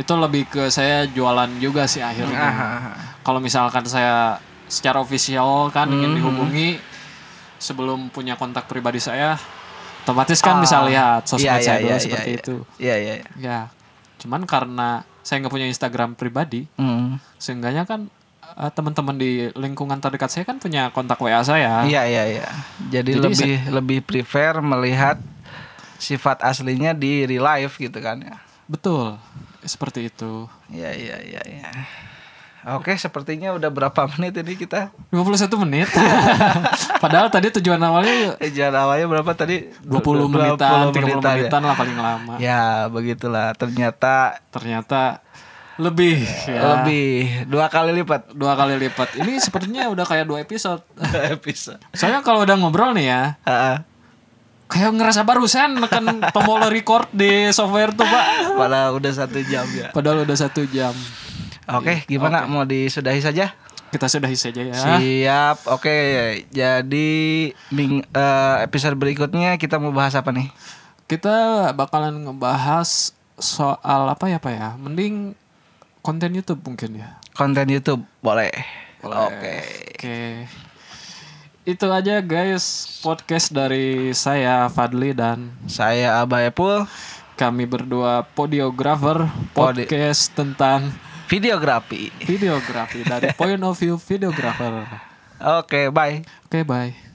Speaker 1: itu lebih ke saya jualan juga sih akhirnya.
Speaker 2: Ah,
Speaker 1: Kalau misalkan saya secara official kan ingin
Speaker 2: Mhm.
Speaker 1: dihubungi sebelum punya kontak pribadi saya, otomatis kan bisa lihat sosmed saya
Speaker 2: iya, iya,
Speaker 1: dulu
Speaker 2: iya,
Speaker 1: seperti
Speaker 2: iya.
Speaker 1: itu.
Speaker 2: Iya iya. iya.
Speaker 1: Ya, cuman karena saya nggak punya Instagram pribadi,
Speaker 2: Hmm.
Speaker 1: seenggaknya kan eh, teman-teman di lingkungan terdekat saya kan punya kontak WA saya.
Speaker 2: Iya iya iya. Jadi,
Speaker 1: Ah. Jadi
Speaker 2: lebih lebih prefer melihat sifat aslinya di real life gitu kan ya.
Speaker 1: Betul, seperti itu.
Speaker 2: Iya iya iya iya. Oke, sepertinya udah berapa <laughs> menit ini kita?
Speaker 1: 51 menit. <laughs> Padahal tadi tujuan awalnya
Speaker 2: Ejaran Eh, awalnya berapa tadi?
Speaker 1: 20 menitan, 30 menitan,
Speaker 2: ya.
Speaker 1: lah paling lama.
Speaker 2: Ya, begitulah. Ternyata
Speaker 1: Ternyata lebih ya.
Speaker 2: lebih dua kali lipat <laughs>
Speaker 1: Dua kali lipat. Ini sepertinya udah kayak dua episode.
Speaker 2: episode.
Speaker 1: Soalnya kalau udah ngobrol nih ya,
Speaker 2: Heeh.
Speaker 1: kayak ngerasa barusan neken tombol record di software tuh, Pak.
Speaker 2: Padahal udah satu jam ya.
Speaker 1: Padahal udah satu jam.
Speaker 2: Oke,
Speaker 1: Iya,
Speaker 2: gimana mau disudahi saja?
Speaker 1: Kita sudahi saja ya.
Speaker 2: Siap. Oke, jadi ming eh, episode berikutnya kita mau bahas apa nih?
Speaker 1: Kita bakalan ngebahas soal apa ya, Pak ya? Mending konten YouTube mungkin ya.
Speaker 2: Konten YouTube boleh. Oke.
Speaker 1: Oke. Itu aja guys podcast dari saya Fadli dan
Speaker 2: Saya Abah Epul,
Speaker 1: kami berdua podiografer
Speaker 2: Podi-
Speaker 1: podcast tentang
Speaker 2: videografi.
Speaker 1: videografi dari point of view videographer.
Speaker 2: Oke, bye.
Speaker 1: Oke, bye.